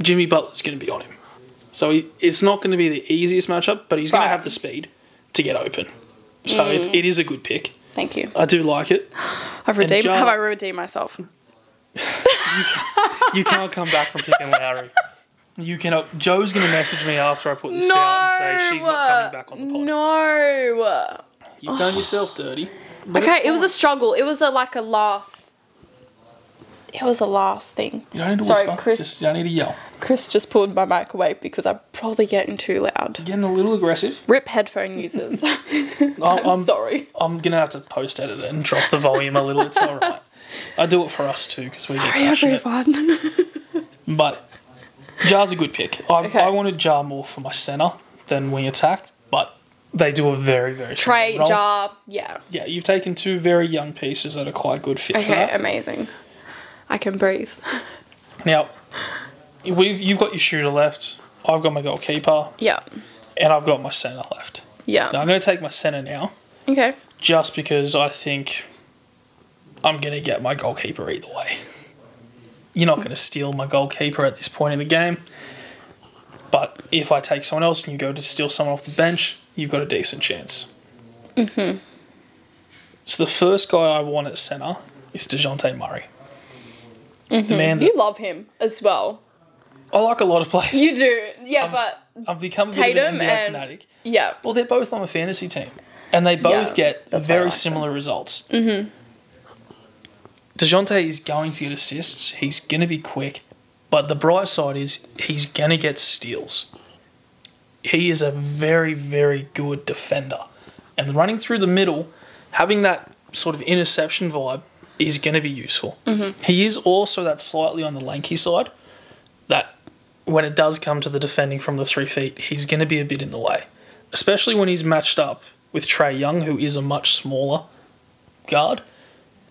Jimmy Butler's going to be on him. So he, it's not going to be the easiest matchup, but he's going
Right. Mm.
to have the speed to get open. So it's, it is a good pick.
Thank you.
I do like it.
I've redeemed.
Ja-
have I redeemed myself?
You can't come back from picking Lowry. You cannot. Joe's going to message me after I put this
No.
out and say she's not coming back on the pod.
No.
You've done yourself dirty.
Okay, it was a struggle. It was a like a last It was the last thing.
You don't need to
Sorry,
whisper.
Chris.
Just, you don't need to yell.
Chris just pulled my mic away because I'm probably getting too loud.
Getting a little aggressive.
Rip
<laughs>
headphone users. <laughs>
Oh,
I'm,
I'm, I'm,
sorry.
I'm gonna have to post edit it and drop the volume a little. It's all right. I do it for us too because we get
Sorry,
passionate.
everyone.
But Jar's a good pick. I,
Okay.
I wanted Jar more for my centre than wing attack, but they do a very very similar
Tray,
role.
jar. Yeah.
Yeah, you've taken two very young pieces that are quite good fit for
Okay,
that.
amazing. I can breathe.
Now, we've you've got your shooter left. I've got my goalkeeper,
Yeah.
and I've got my centre left.
Yeah.
Now, I'm going to take my centre now,
Okay.
just because I think I'm going to get my goalkeeper either way. You're not going to steal my goalkeeper at this point in the game, but if I take someone else and you go to steal someone off the bench, you've got a decent chance. Mm-hmm. So the first guy I want at centre is Dejounte Murray. The man that
You love him as well.
I like a lot of players.
You do. Yeah,
I've-
but
I've become a bit of
Tatum
an NBA
and
fanatic.
yeah. <laughs>
Well, they're both on a fantasy team, and they both
Yeah,
get
that's why I
very
like them.
similar results. Mm-hmm. Dejounte is going to get assists. He's going to be quick, but the bright side is he's going to get steals. He is a very, very good defender, and running through the middle, having that sort of interception vibe is going to be useful. Mm-hmm. He is also that slightly on the lanky side. That when it does come to the defending from the three feet, he's going to be a bit in the way, especially when he's matched up with Trey Young, who is a much smaller guard.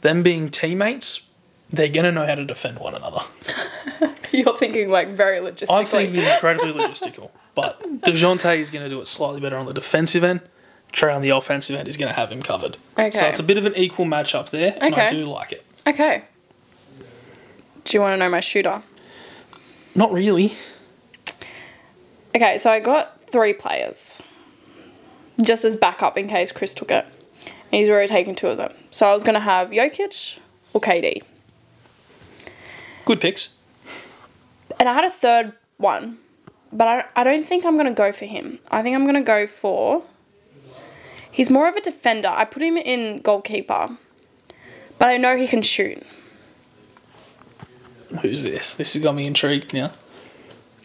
Them being teammates, they're going to know how to defend one another.
You're thinking like very logistically.
I'm thinking incredibly
<laughs>
logistical, but DeJounte is going to do it slightly better on the defensive end. Trey on the offensive end is going to have him covered. So
Okay.
it's a bit of an equal matchup there, and I
Okay.
do like it.
Okay. Do you want to know my shooter?
Not really.
Okay, so I got three players just as backup in case Chris took it. And he's already taken two of them. So I was going to have Jokic or KD.
Good picks.
And I had a third one, but I, I don't think I'm going to go for him. I think I'm going to go for. He's more of a defender. I put him in goalkeeper, but I know he can shoot.
Who's this? This has got me intrigued now.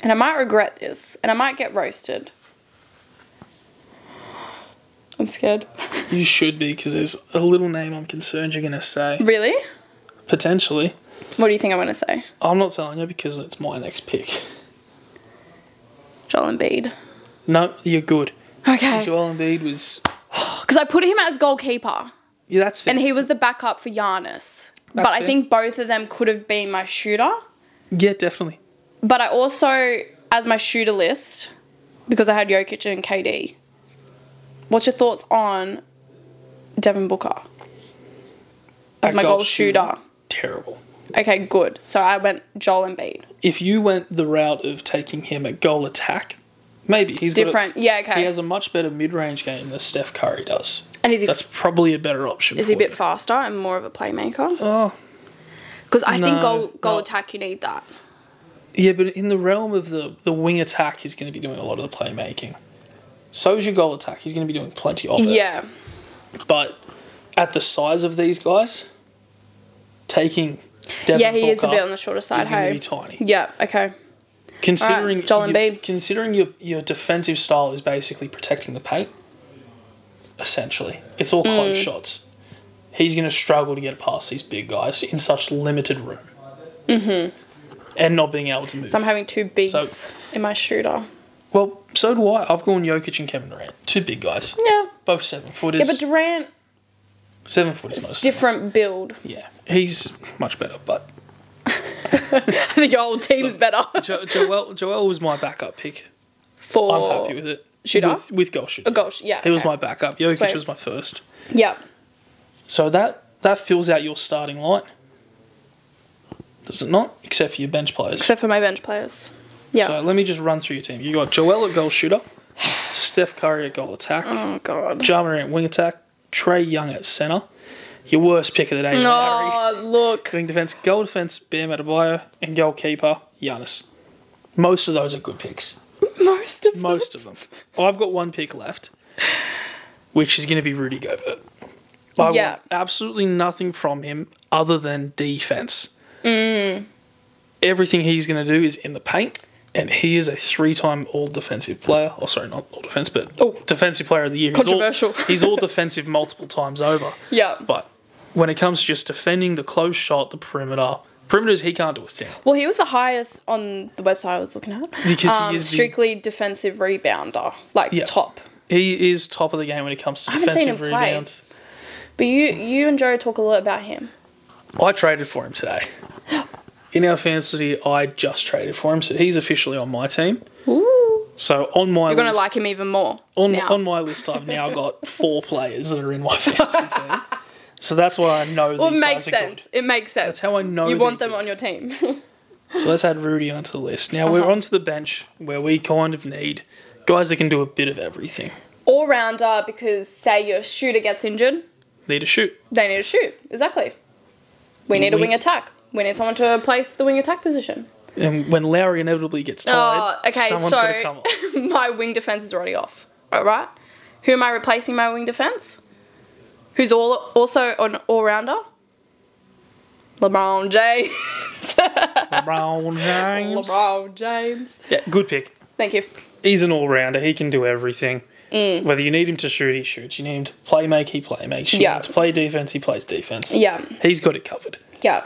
And I might regret this, and I might get roasted. I'm scared.
You should be, because there's a little name I'm concerned you're going to say.
Really?
Potentially.
What do you think I'm going to say?
I'm not telling you because it's my next pick.
Joel Embiid.
No, you're good.
Okay.
Joel Embiid was.
Because I put him as goalkeeper,
Yeah, that's fair.
and he was the backup for Giannis. but I
fair.
think both of them could have been my shooter.
yeah, definitely.
But I also, as my shooter list, because I had Jokic and KD. What's your thoughts on Devin Booker as
That
my
goal
goal shooter?
Terrible.
Okay, good. So I went Joel Embiid.
If you went the route of taking him at goal attack, maybe he's got a-
Different. Yeah, okay.
he has a much better mid range game than Steph Curry does.
and is he
That's probably a better option.
is he a
for
bit
you.
faster and more of a playmaker?
Oh,
Because I think
No,
goal goal
no.
attack you need that.
yeah, but in the realm of the the wing attack, he's going to be doing a lot of the playmaking. So is your goal attack. He's going to be doing plenty of it.
Yeah.
But at the size of these guys, taking Devin
yeah, he is a
Booker
bit on the shorter side.
is going to
Hey.
be tiny.
Yeah. Okay.
Considering
Alright, Joel
you-
Embiid.
considering your your defensive style is basically protecting the paint, essentially it's all close
Mm.
shots. He's going to struggle to get past these big guys in such limited room, mm-hmm. and not being able to move.
So I'm having two bigs
So-
in my shooter.
well, so do I. I've gone Jokic and Kevin Durant, two big guys,
Yeah.
both seven footers.
Yeah, but Durant
seven footers, not a seven.
different build. <laughs>
Yeah, he's much better, but
I think your whole team's better.
Jo- Joel Joel was my backup pick.
<laughs> For
I'm happy with it.
shooter?
With, with goal shooter.
A goal, sh- yeah.
He was
okay.
my backup. Jokic
Sweet.
was my first.
Yeah.
So that that fills out your starting line. Does it not? Except for your bench players.
Except for my bench players. Yeah.
So let me just run through your team. You got Joel at goal shooter, Steph Curry at goal attack,
oh god.
Ja Morant wing attack, Trey Young at center. Your worst pick of the day, Larry.
Oh
<laughs>
look.
Wing defense, goal defense, Bam Adebayo, and goalkeeper Giannis. Most of those are good picks.
Most of them.
Most of them. I've got one pick left, which is going to be Rudy Gobert. I
Yeah.
want absolutely nothing from him other than defense.
Mm.
Everything he's going to do is in the paint, and he is a three-time All Defensive Player. Oh, sorry, not All Defense, but
Oh.
Defensive Player of the Year. He's all-
Controversial.
<laughs> He's all, defensive multiple times over.
Yeah.
But when it comes to just defending the close shot, the perimeter, perimeters, he can't do a thing.
Well, he was the highest on the website I was looking at.
Because he
um,
is the-
strictly defensive rebounder, like
Yeah.
top.
He is top of the game when it comes to
haven't seen
defensive
him play.
rebounds.
But you, you and Joe talk a lot about him.
I traded for him today. In our fantasy, I just traded for him, so he's officially on my team.
Ooh,
So on my
you're gonna
list,
like him even more.
on
now.
on my list, I've
<laughs>
now got four players that are in my fantasy team. So that's why I know
Well,
these
it makes
guys are
sense. It makes sense. That's
how I know
you
that
want
you
them
do.
on
<laughs>
your team. <laughs>
good. So let's add Rudy onto the list. Now we're
Uh-huh.
onto the bench where we kind of need guys that can do a bit of everything.
All rounder because say your shooter gets injured,
Need to shoot.
they need to shoot. Exactly. We need a
We-
wing attack. We need someone to replace the wing attack position.
And when Lowry inevitably gets tired,
Oh, okay.
someone's going
<laughs>
to come on.
so my wing defense is already off. All right. Who am I replacing my wing defense? Who's all also an all rounder? LeBron James. <laughs>
LeBron James.
LeBron James.
Yeah, good pick.
Thank you.
he's an all rounder. He can do everything.
Mm.
Whether you need him to shoot, he shoots. You need him to play make, he play make. You need
Yeah.
him to play defense, he plays defense.
Yeah.
He's got it covered.
Yeah.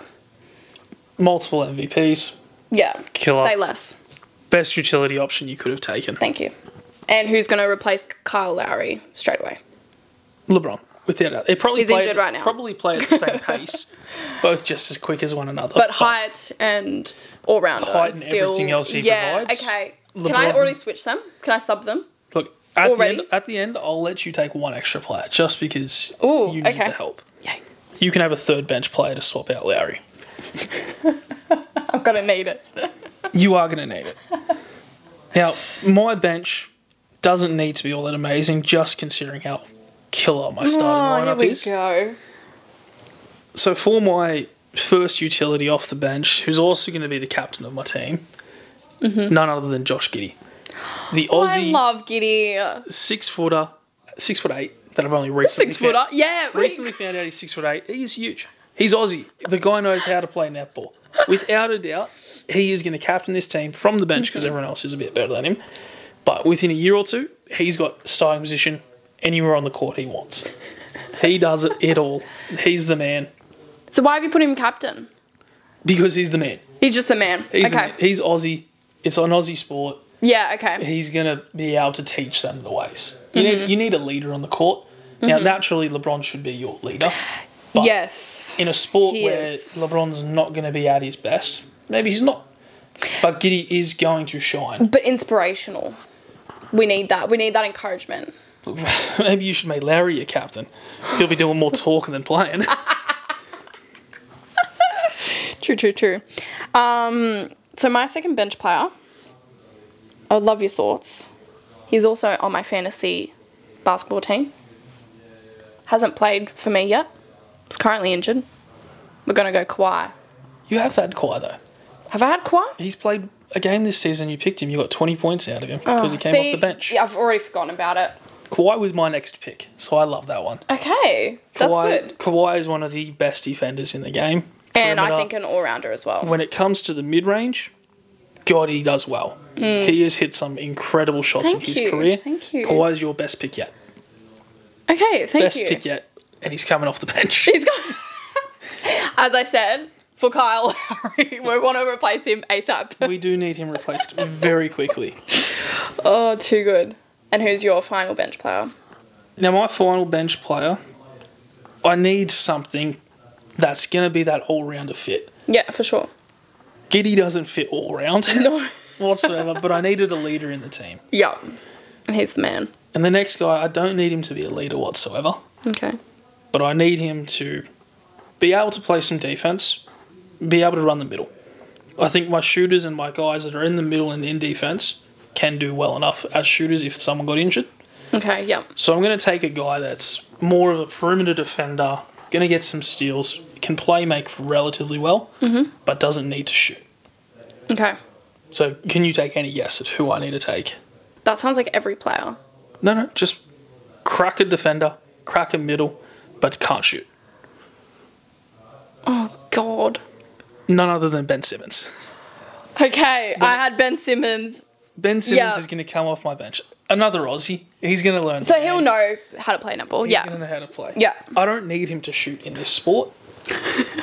Multiple MVPs,
Yeah.
Killer.
Say less.
best utility option you could have taken.
Thank you. And who's going to replace Kyle Lowry straight away?
LeBron, without a They probably
He's
play
injured right now.
Probably play at the
<laughs>
same pace, both just as quick as one another.
But height and all rounder.
Oh. Height and
skill.
everything else he
yeah,
provides.
Okay. Can I
LeBron-
already switch them? Can I sub them?
look at the,
Already?
end, at the end, I'll let you take one extra player just because
Ooh,
you need
okay.
the help.
Yay.
You can have a third bench player to swap out Lowry.
I'm going to need it.
you are going to need it. now, my bench doesn't need to be all that amazing, just considering how killer my
Oh,
starting
here
lineup
we
is.
go.
So, for my first utility off the bench, who's also going to be the captain of my team, none other than Josh Giddy, the
Mm-hmm. Oh, I
Aussie
love Giddy. uh,
six footer, six foot eight that I've only recently
Six
found-
footer. Yeah. we-
recently found out he's six foot eight. He's huge. He's Aussie. The guy knows how to play netball. Without a doubt, he is going to captain this team from the bench because everyone else is a bit better than him. But within a year or two, he's got starting position anywhere on the court he wants. He does it at all. He's the man
So why have you put him captain?
because he's the man.
He's just the man.
He's, the
okay.
man. he's Aussie. It's an Aussie sport.
Yeah. Okay.
He's going to be able to teach them the ways. You, need, you need a leader on the court. Now, naturally, LeBron should be your leader. but-
yes.
in a sport
He
where
is.
LeBron's not going to be at his best, maybe he's not. But Giddy is going to shine. <laughs>
But inspirational. We need that. We need that encouragement.
maybe you should make Larry your captain. He'll be doing more talking than playing. <laughs>
True. True. True. Um. So my second bench player. I would love your thoughts. He's also on my fantasy basketball team. Hasn't played for me yet. He's currently injured. We're gonna go Kawhi.
you have had Kawhi though.
Have I had Kawhi?
He's played a game this season. You picked him. You got twenty points out of him because he came
Oh, See,
off the bench.
Yeah, I've already forgotten about it.
Kawhi was my next pick, so I love that one.
Okay, that's
Kawhi,
good.
Kawhi is one of the best defenders in the game.
And I
Perimeter.
think an all rounder as well.
when it comes to the mid range, God, he does well. He has hit some incredible shots
Mm. Thank
in his
you,
career.
thank you.
Kawhi's your best pick yet.
Okay, thank
best
you.
pick yet, and he's coming off the bench.
He's got. <laughs> as I said, for Kyle Lowry, we want to replace him
<laughs>
ASAP.
we do need him replaced very quickly.
Oh, too good. And who's your final bench player?
Now, my final bench player, I need something that's going to be that all rounder fit.
Yeah, for sure. <laughs>
Giddy doesn't fit all <laughs> round
No.
whatsoever, but I needed a leader in the team.
Yeah, he's the man.
And the next guy, I don't need him to be a leader whatsoever,
Okay.
but I need him to be able to play some defense, be able to run the middle. I think my shooters and my guys that are in the middle and in defense can do well enough as shooters if someone got injured.
Okay. Yeah.
So I'm going to take a guy that's more of a perimeter defender, going to get some steals, can play make relatively well,
Mm-hmm.
but doesn't need to shoot.
Okay.
So can you take any guess at who I need to take?
That sounds like every player.
No, no, just crack a defender, crack a middle, but can't shoot.
Oh, God.
None other than Ben Simmons.
Okay, I had Ben Simmons,
Ben Simmons
Yeah.
is going to come off my bench. Another Aussie. He's going to learn.
so he'll know how to play netball.
He's
yeah,
going to know how to play.
Yeah.
I don't need him to shoot in this sport.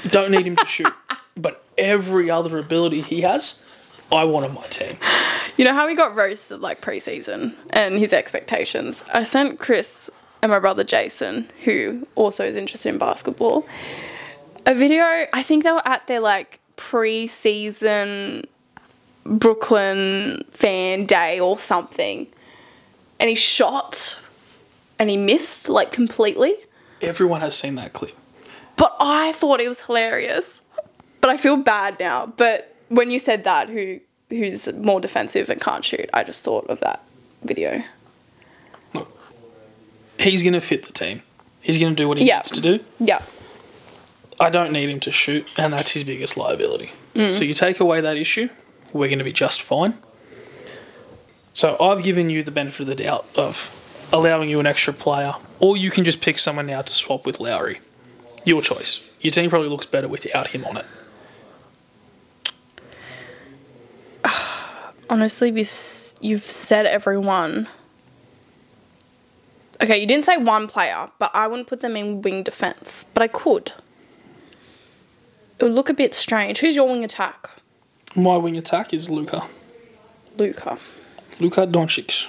don't need him to
<laughs>
shoot. But every other ability he has, I want on my team.
you know how he got roasted like preseason and his expectations. I sent Chris and my brother Jason, who also is interested in basketball, a video. I think they were at their like pre-season Brooklyn fan day or something, and he shot and he missed like completely.
Everyone has seen that clip.
But I thought it was hilarious. But I feel bad now. But when you said that, who who's more defensive and can't shoot, I just thought of that video.
He's going to fit the team. He's going to do what he
Yeah.
needs to do.
Yeah.
I don't need him to shoot, and that's his biggest liability.
Mm.
So you take away that issue, we're going to be just fine. So I've given you the benefit of the doubt of allowing you an extra player, or you can just pick someone now to swap with Lowry. Your choice. Your team probably looks better without him on it.
Honestly, you've s- you've said everyone. Okay, you didn't say one player, but I wouldn't put them in wing defense. But I could. It would look a bit strange. Who's your wing attack?
My wing attack is Luca.
Luca.
Luca Doncic.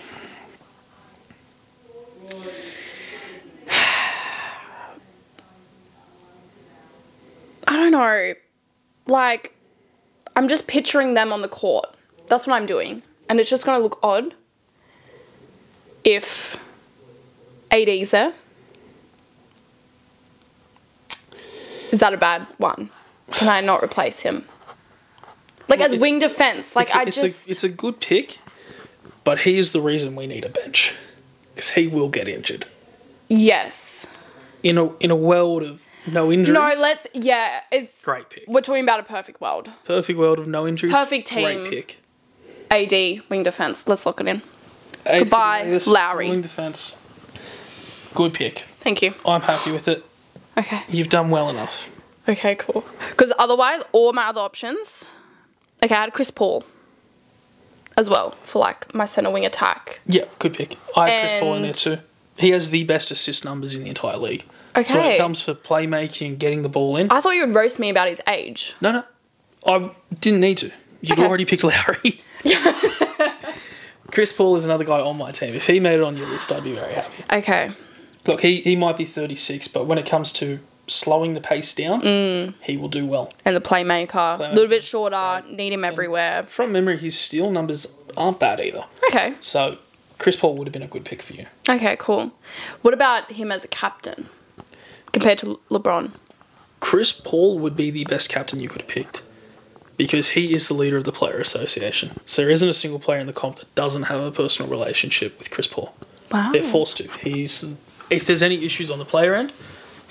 I don't know. Like, I'm just picturing them on the court. That's what I'm doing. And it's just going to look odd if AD's there. Is that a bad one? Can I not replace him? Like,
Well,
as
it's-
wing defense, like,
it's, a-
I
it's
just.
a, it's a good pick, but he is the reason we need a bench because he will get injured.
yes.
In a in a world of no injuries,
No, let's. Yeah, it's.
great pick.
We're talking about a perfect world.
Perfect world of no injuries.
Perfect team.
Great pick.
AD, wing defense. Let's lock it in.
Eighth
Goodbye,
in the list,
Lowry.
Wing defense. Good pick.
Thank you.
I'm happy with it.
Okay.
You've done well enough.
Okay, cool. Because otherwise, all my other options. Okay, I had Chris Paul as well for like my center wing attack.
Yeah, good pick. I had Chris Paul in there
And-
too. He has the best assist numbers in the entire league. So when
Okay.
it comes for playmaking, getting the ball in.
I thought you would roast me about his age.
no, no. I didn't need to. You've
Okay.
already picked
<laughs>
Lowry. Chris Paul is another guy on my team. If he made it on your list, I'd be very happy.
Okay.
Look, he, he might be 36, but when it comes to slowing the pace down, he will do well.
And the playmaker, a little bit shorter, need him everywhere.
From memory, his steal numbers aren't bad either.
Okay.
So Chris Paul would have been a good pick for you.
Okay, cool. What about him as a captain compared to Le- LeBron?
Chris Paul would be the best captain you could have picked because he is the leader of the player association. So there isn't a single player in the comp that doesn't have a personal relationship with Chris Paul.
Wow.
They're forced to. He's if there's any issues on the player end,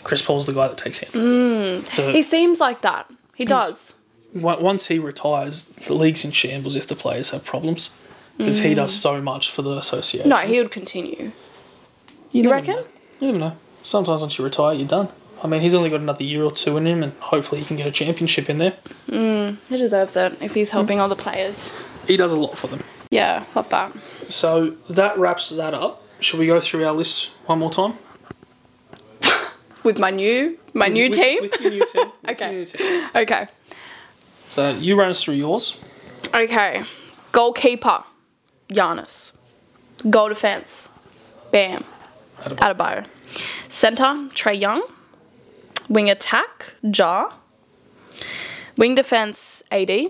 Chris Paul's the guy that takes him. So
He seems like that. He does.
on- once he retires, the league's in shambles if the players have problems because he does so much for the association.
No, he would continue.
You, never
reckon?
know. You never know. Sometimes once you retire, you're done. I mean, he's only got another year or two in him, and hopefully he can get a championship in there.
He deserves it if
Mm.
he's helping all the players.
He does a lot for them.
Yeah, love that.
So that wraps that up. Should we go through our list one more time?
With my new my new
With-
team. <laughs>
With your new team. with
Okay.
your new team.
okay.
So you ran us through yours.
Okay. Goalkeeper, Giannis. Goal defense, Bam,
Attaboy.
Adebayo. Center, Trey Young. Wing attack, Jar. Wing defense, AD.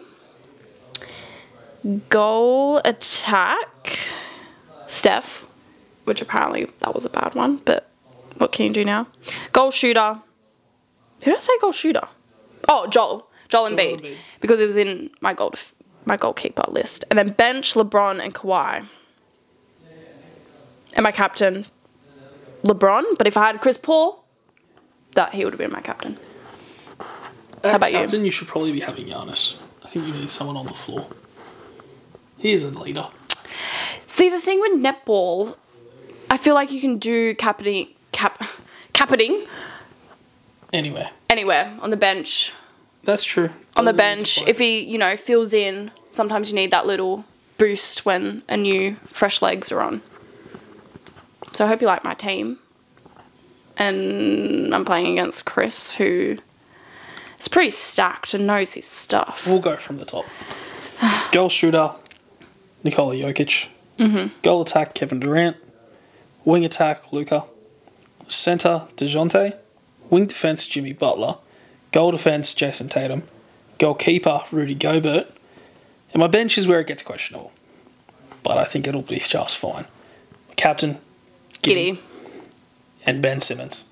Goal attack, Steph, which apparently that was a bad one, but what can you do now? Goal shooter. Who did I say goal shooter? Oh, Joel. Joel Embiid.
Embiid.
Because it was in my goal def- my goalkeeper list. And then bench, LeBron and Kawhi. And my captain, LeBron. But if I had Chris Paul, that he would have been my captain.
How
about you?
captain, you? should probably be having Giannis. I think you need someone on the floor. He is a leader.
See, the thing with netball, I feel like you can do <laughs> capiting, cap, capiting
Anywhere.
anywhere on the bench,
That's true.
on
Doesn't need
the
to
bench.
play.
If he, you know, fills in, sometimes you need that little boost when a new fresh legs are on. So I hope you like my team. And I'm playing against Chris, who is pretty stacked and knows his stuff.
We'll go from the top. Goal shooter, Nikola Jokic. Mm-hmm. Goal attack, Kevin Durant. Wing attack, Luca. Center, DeJounte. Wing defense, Jimmy Butler. Goal defense, Jason Tatum. Goalkeeper, Rudy Gobert. And my bench is where it gets questionable. But I think it'll be just fine. Captain,
Giddy.
and Ben Simmons.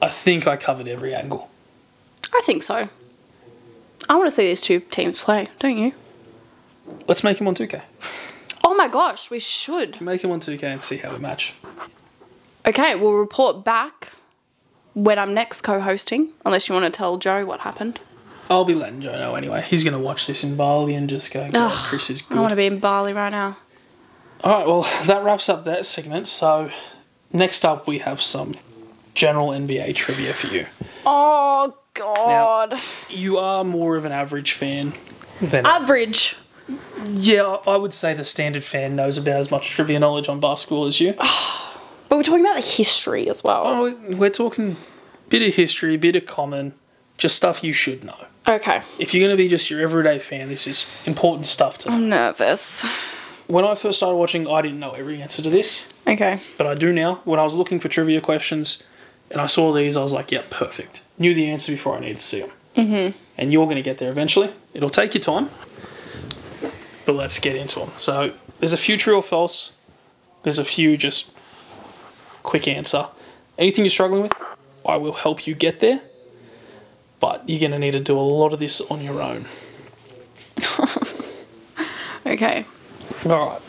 I think I covered every angle.
I think so. I want to see these two teams play, don't you?
Let's make him on 2K.
Oh my gosh, we should.
Make him on 2K and see how we match.
Okay, we'll report back when I'm next co hosting, unless you want to tell Joe what happened.
I'll be letting Joe know anyway. He's going to watch this in Bali and just go, God,
Ugh,
Chris is
I want to
good.
be in Bali right now.
All right, well, <laughs> that wraps up that segment. So, next up, we have some general NBA trivia for you.
Oh God.
You are more of an average fan than.
Uh, Average.
yeah, I would say the standard fan knows about as much trivia knowledge on basketball as you.
But we're talking about the history as well.
Oh, we're talking bit of history, bit of common, just stuff you should know.
Okay.
If you're going to be just your everyday fan, this is important stuff to know.
I'm nervous.
When I first started watching, I didn't know every answer to this.
Okay.
but I do now. When I was looking for trivia questions and I saw these, I was like, yeah, perfect. Knew the answer before I needed to see them. Mm-hmm. And you're going to get there eventually. It'll take your time, but let's get into them. So there's a few true or false, there's a few just quick answer. Anything you're struggling with, I will help you get there, but you're going to need to do a lot of this on your own.
Okay.
All right.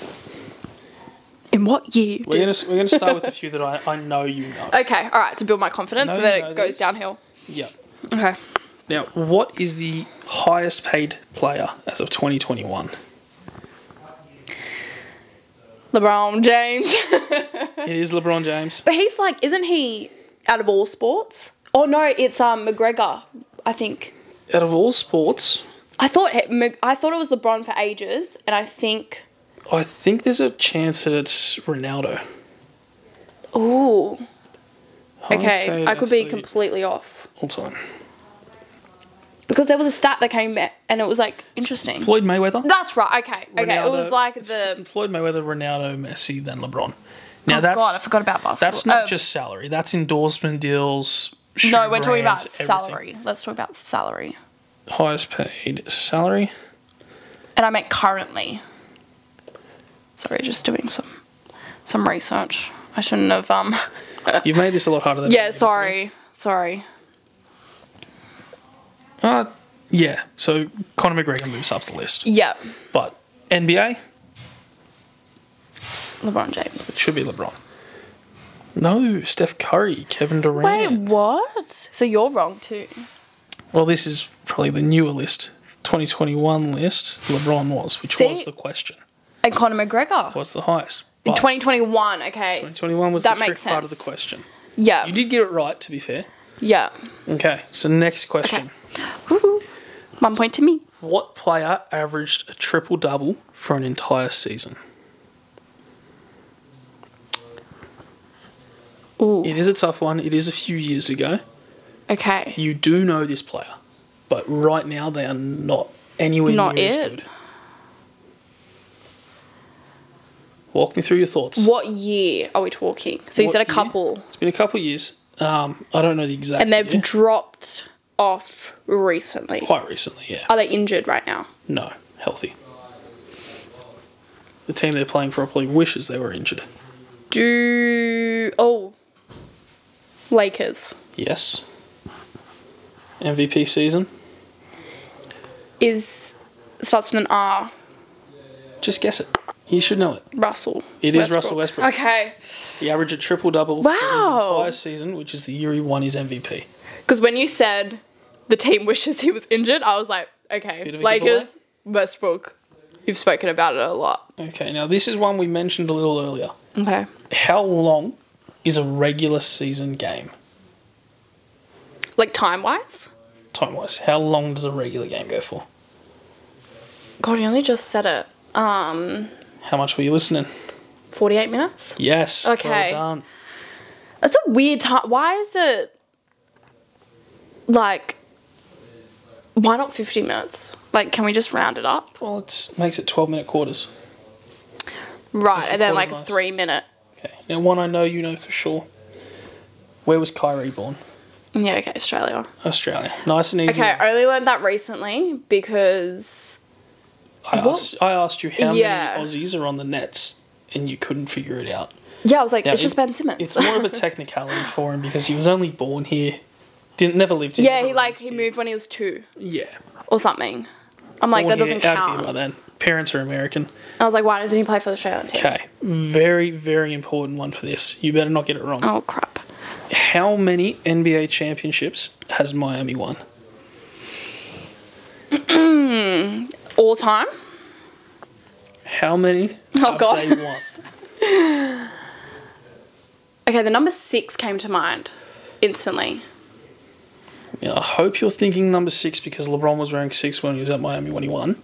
In what year?
We're going to, we're going to start with a few that I, I know you know.
Okay. All right. To build my confidence
No,
so that
you know
it goes
this. Mm.
downhill.
Yeah.
Okay.
Now, what is the highest paid player as of 2021?
LeBron James. <laughs>
It is LeBron James.
but he's like, isn't he out of all sports? Oh no, it's um McGregor. I think.
Out of all sports,
I thought it, Mc- I thought it was LeBron for ages, and I think.
I think there's a chance that it's Ronaldo.
Ooh.
Oh,
Okay.
Highest
I could be
paid
completely off.
all time.
Because there was a stat that came back and it was like interesting.
Floyd Mayweather.
That's right. Okay. Okay. It was
Ronaldo-
like
it's
the.
Floyd Mayweather, Ronaldo, Messi, then LeBron. Now
oh
that's
God, I forgot about basketball.
that's not
Uh,
just salary. That's endorsement deals. shoe
No, we're talking about
brands, everything.
salary. Let's talk about salary.
Highest paid salary.
And I meant currently. Sorry, just doing some some research. I shouldn't have. Um. <laughs>
You've made this a lot harder than. it
yeah.
needs to be.
Sorry. Sorry.
Uh, yeah. So Conor McGregor moves up the list,
Yeah.
but NBA
LeBron James.
Should be LeBron. No, Steph Curry, Kevin
Wait,
Durant.
what? So you're wrong too.
Well, this is probably the newer list. 2021 list, LeBron was, which
See?
was the question.
And Conor McGregor.
Was the highest.
In
But
2021. Okay.
2021 was
That
the trick
makes
part of the
sense.
question.
Yeah.
You did get it right, to be fair.
Yeah.
Okay, so next question.
Woo-hoo. One point to me.
What player averaged a triple double for an entire season?
Ooh.
It is a tough one. It is a few years ago.
Okay.
You do know this player, but right now they are not anywhere
Not
near as
it.
good. Walk me through your thoughts.
What year are we talking? So you
What
said a
year?
couple,
It's been a couple of years. Um, I don't know the exact.
and they've
year.
dropped off recently.
quite recently. Yeah,
Are they injured right now?
no, healthy. The team they're playing for probably wishes they were injured.
Do oh, Lakers
Yes. MVP season.
is starts with an R.
Just guess it. You should know it.
Russell.
It is Russell Westbrook.
Okay,
He averaged a triple double for his
Wow.
entire season, which is the year he won his MVP.
because when you said the team <laughs> wishes he was injured, I was like, okay,
Bit of a
Lakers, Westbrook. You've spoken about it a lot.
Okay, now this is one we mentioned a little earlier.
Okay,
How long is a regular season game?
like time wise.
time wise? How long does a regular game go for?
God, you only just said it. Um,
How much were you listening?
48 minutes?
Yes.
Okay.
Well done.
That's a weird time. Why is it like, why not 50 minutes? Like, can we just round it up?
Well, it makes it 12 minute quarters.
Right,
That's
and then
quite
like a
nice.
three minute.
Okay. Now, one I know you know for sure. Where was Kyrie born?
Yeah, okay, Australia.
Australia. Nice and easy.
Okay, I only learned that recently because
I
What?
asked, I asked you how
Yeah.
many Aussies are on the Nets, and you couldn't figure it out.
yeah, I was like,
Now,
it's just
it-
Ben Simmons.
It's
<laughs>
more of a technicality for him because he was only born here, didn't never lived here.
yeah,
never
he like he
raised
moved when he was two
here. Yeah,
or something. I'm like,
Born
that
here,
doesn't
out of
count.
here by then. Parents are American.
I was like, why doesn't he play for the Australian team?
Okay, very very important one for this. You better not get it wrong.
Oh crap.
How many NBA championships has Miami won?
All time?
How many?
Oh,
have
God.
They won?
Okay, the number six came to mind instantly.
Now, I hope you're thinking number six because LeBron was wearing six when he was at Miami when he won.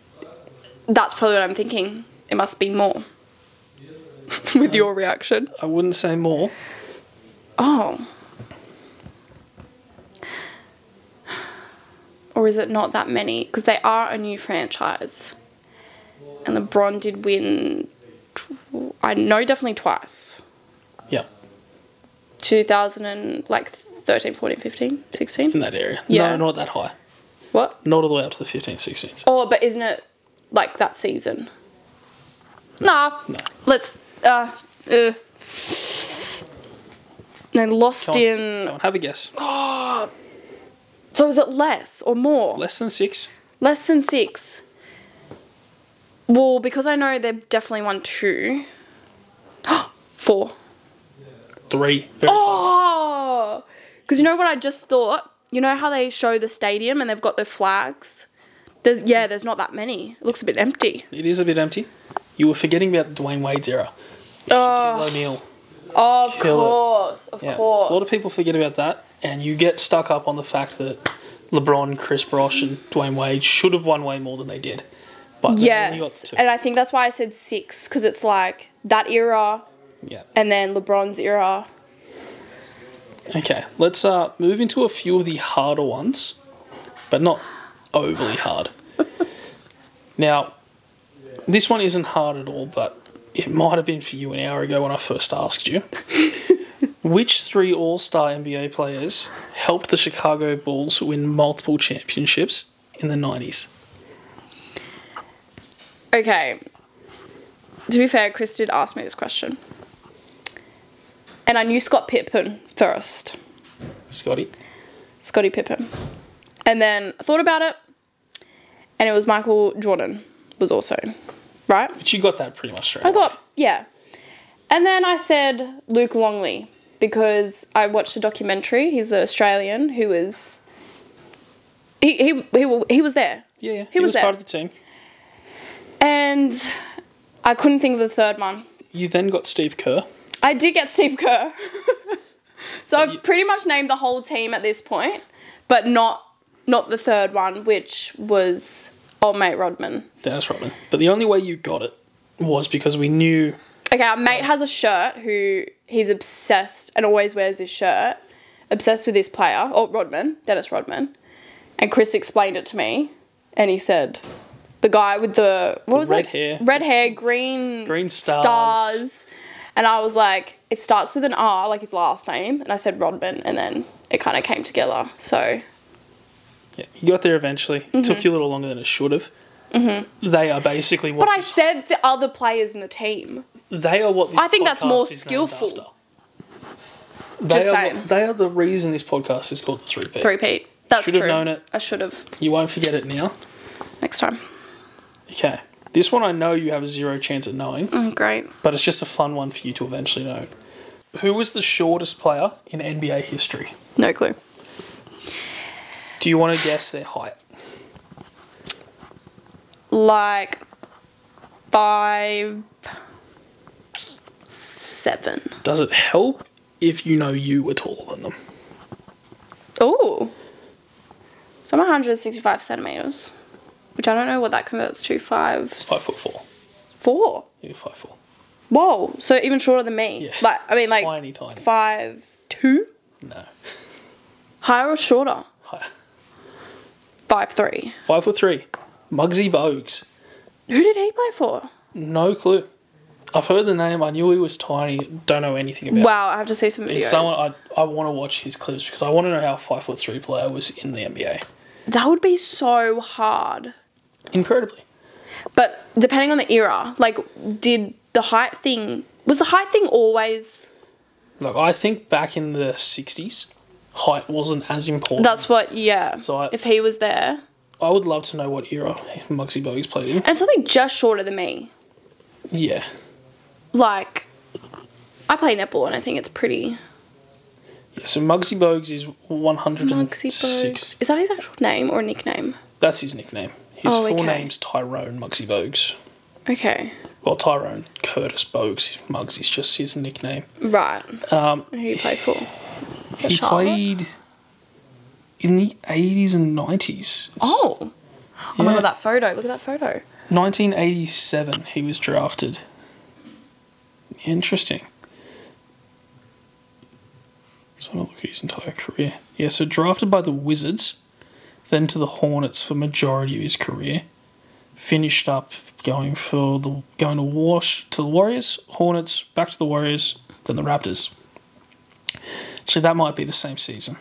That's probably what I'm thinking. It must be more. <laughs> With your reaction.
I wouldn't say more.
Oh. Or is it not that many? Because they are a new franchise. And LeBron did win, tw- I know definitely twice.
Yeah,
2000 and like 13, 14, 15, 16.
in that area.
Yeah.
No, not that high.
What?
Not all the way up to the 15, 16s.
Oh, but isn't it like that season? Nah. Let's. Uh, uh. They lost
Come on,
in.
come on, have a guess.
<gasps> So is it less or more?
Less than six.
Less than six. Well, because I know they've definitely won two. <gasps> Four.
Three. Very close.
<gasps> Oh! Because you know what I just thought? You know how they show the stadium and they've got the flags? There's Yeah, there's not that many. It looks a bit empty.
It is a bit empty. You were forgetting about the Dwayne Wade's era. Shaquille O'Neal.
Of
Kill it.
course, of
Yeah.
course.
A lot of people forget about that, and you get stuck up on the fact that LeBron, Chris Bosh, and Dwayne Wade should have won way more than they did. But they only got
Yes.
two.
And I think that's why I said six, because it's like that era
yeah.
and then LeBron's era.
Okay, let's uh, move into a few of the harder ones, but not overly hard. <laughs> now, this one isn't hard at all, but it might have been for you an hour ago when I first asked you. Which three All Star NBA players helped the Chicago Bulls win multiple championships in the 90s?
Okay. To be fair, Chris did ask me this question. And I knew Scott Pippen first.
Scotty?
Scotty Pippen. And then I thought about it. And it was Michael Jordan was also. Right?
But you got that pretty much straight.
I got yeah. And then I said Luke Longley because I watched a documentary. He's an Australian who was he he he, wa- he was there.
Yeah, yeah. He,
was
was, part of
there.
the team.
And I couldn't think of the third one.
You then got Steve Kerr.
I did get Steve Kerr. <laughs> so
you-
I've pretty much named the whole team at this point, but not not the third one, which was old mate Rodman.
Dennis Rodman. But the only way you got it was because we knew
Okay, our mate has a shirt who he's obsessed and always wears this shirt. Obsessed with this player, or Rodman, Dennis Rodman. And Chris explained it to me and he said the guy with the what was
red
it?
hair.
Red hair, green
Green stars.
stars. And I was like, it starts with an R, like his last name, and I said Rodman, and then it kind of came together. So
Yeah, you got there eventually. It took you a little longer than it should have. Mm-hmm. They are basically what
Mm-hmm. But I
this-
said the other players in the team.
they are what this
I think that's
podcast
more
is named
skillful.
after. They
Just
are
saying.
what- they are the reason this podcast is called the Three P.
Three Pete. That's
Should've
true.
known it.
I should have.
You won't forget it now.
Next time.
Okay, this one I know you have zero chance at knowing,
Mm, great.
but it's just a fun one for you to eventually know. Who was the shortest player in NBA history?
No clue.
Do you want to guess their height?
like five seven.
Does it help if you know you were taller than them?
Oh. So I'm 165 centimeters, which I don't know what that converts to. Five.
Five foot four.
Four.
You're five four.
Whoa. So even shorter than me.
Yeah.
Like I mean, like
Tiny, tiny.
five two.
No.
Higher or shorter?
Hi-
Five three.
Five foot three. Muggsy Bogues.
Who did he play for?
No clue. I've heard the name. I knew he was tiny. Don't know anything about.
Wow, I have to see some
him.
videos.
He's someone I, I want to watch his clips because I want to know how a five foot three player was in the NBA.
that would be so hard.
Incredibly.
But depending on the era, like, did the height thing was the height thing always?
Look, I think back in the sixties, height wasn't as important.
That's what, yeah.
So I-
if he was there,
I would love to know what era Muggsy Bogues played in.
and something just shorter than me,
Yeah.
like, I play netball and I think it's pretty.
Yeah. So Muggsy Bogues is one hundred and
Mugsy
six.
Bogues. Is that his actual name or nickname?
That's his nickname. His
Oh,
full
okay.
name's Tyrone Muggsy Bogues.
Okay,
Well, Tyrone Curtis Bogues. Muggs is just his nickname.
right.
Um,
Who you play for?
he
Charlotte?
played in the 80s and 90s.
Oh, oh my
Yeah.
god, that photo! Look at that photo.
1987, he was drafted. Interesting. So I'm look at his entire career. Yeah, so drafted by the Wizards, then to the Hornets for majority of his career. Finished up going for the going to Wash to the Warriors, Hornets, back to the Warriors, then the Raptors. So that might be the same season.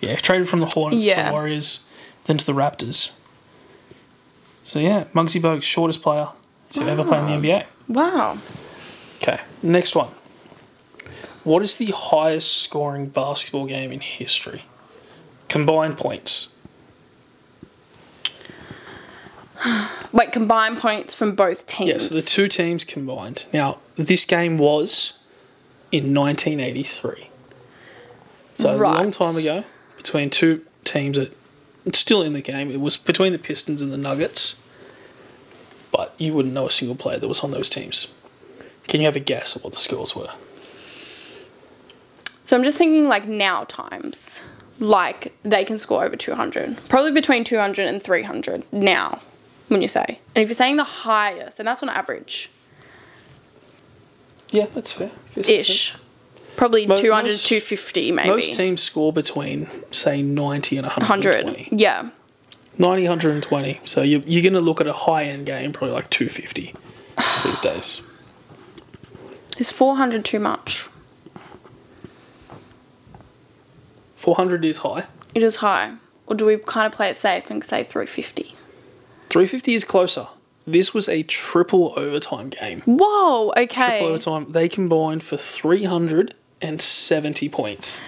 Yeah, traded from the Hornets to
Yeah.
the Warriors, then to the Raptors. So yeah, Muggsy Bogues, shortest player to ever play in the NBA.
Wow.
Okay, next one. What is the highest scoring basketball game in history? Combined points.
Wait, combine points from both teams.
Yeah, so the two teams combined. Now, this game was in 1983. So
Right.
a long time ago, between two teams that it's still in the game. It was between the Pistons and the Nuggets. But you wouldn't know a single player that was on those teams. Can you have a guess at what the scores were?
So I'm just thinking like now times. Like they can score over 200. Probably between 200 and 300 now, when you say. And if you're saying the highest, and that's on average
Yeah, that's fair.
ish, probably
Mo-
200,
most-
250 maybe.
Most teams score between, say, 90 and 120.
100.
100.
Yeah.
90, 120. So you're, you're going to look at a high end game, probably like
<sighs>
250 these days.
Is 400 too much?
400 is high.
It is high. Or do we kind of play it safe and say 350?
350 is closer. This was a triple overtime game.
Whoa, okay.
Triple overtime. They combined for 370 points.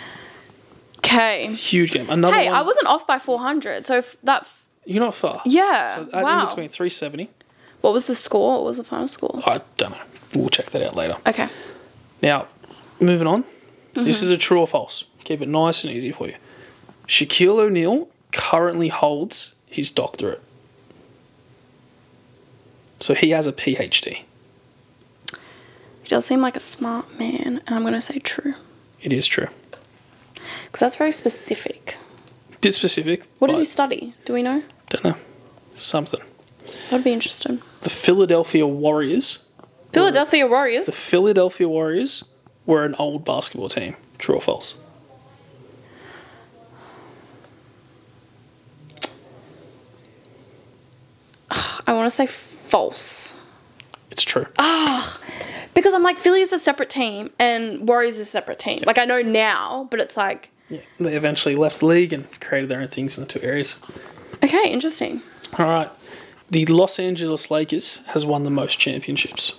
Okay.
Huge game. Another
Hey,
one.
I wasn't off by 400. So if that, f-
you're not far.
yeah.
So that in
wow.
between 370.
What was the score? What was the final score?
I don't know. We'll check that out later.
Okay.
Now, moving on. This
Mm-hmm.
is a true or false. Keep it nice and easy for you. Shaquille O'Neal currently holds his doctorate. So he has a PhD.
He does seem like a smart man, and I'm gonna say true
It is true.
because that's very specific.
Bit specific.
What did he
but
study? Do we know?
Don't know. Something.
I'd be interested.
The Philadelphia Warriors.
Philadelphia Warriors.
The Philadelphia Warriors were an old basketball team. True or false?
I want to say false
It's true.
Ah. because I'm like Philly is a separate team and Warriors is a separate team. Like I know now, but it's like
Yeah. They eventually left the league and created their own things in the two areas.
okay, interesting.
All right. The Los Angeles Lakers has won the most championships.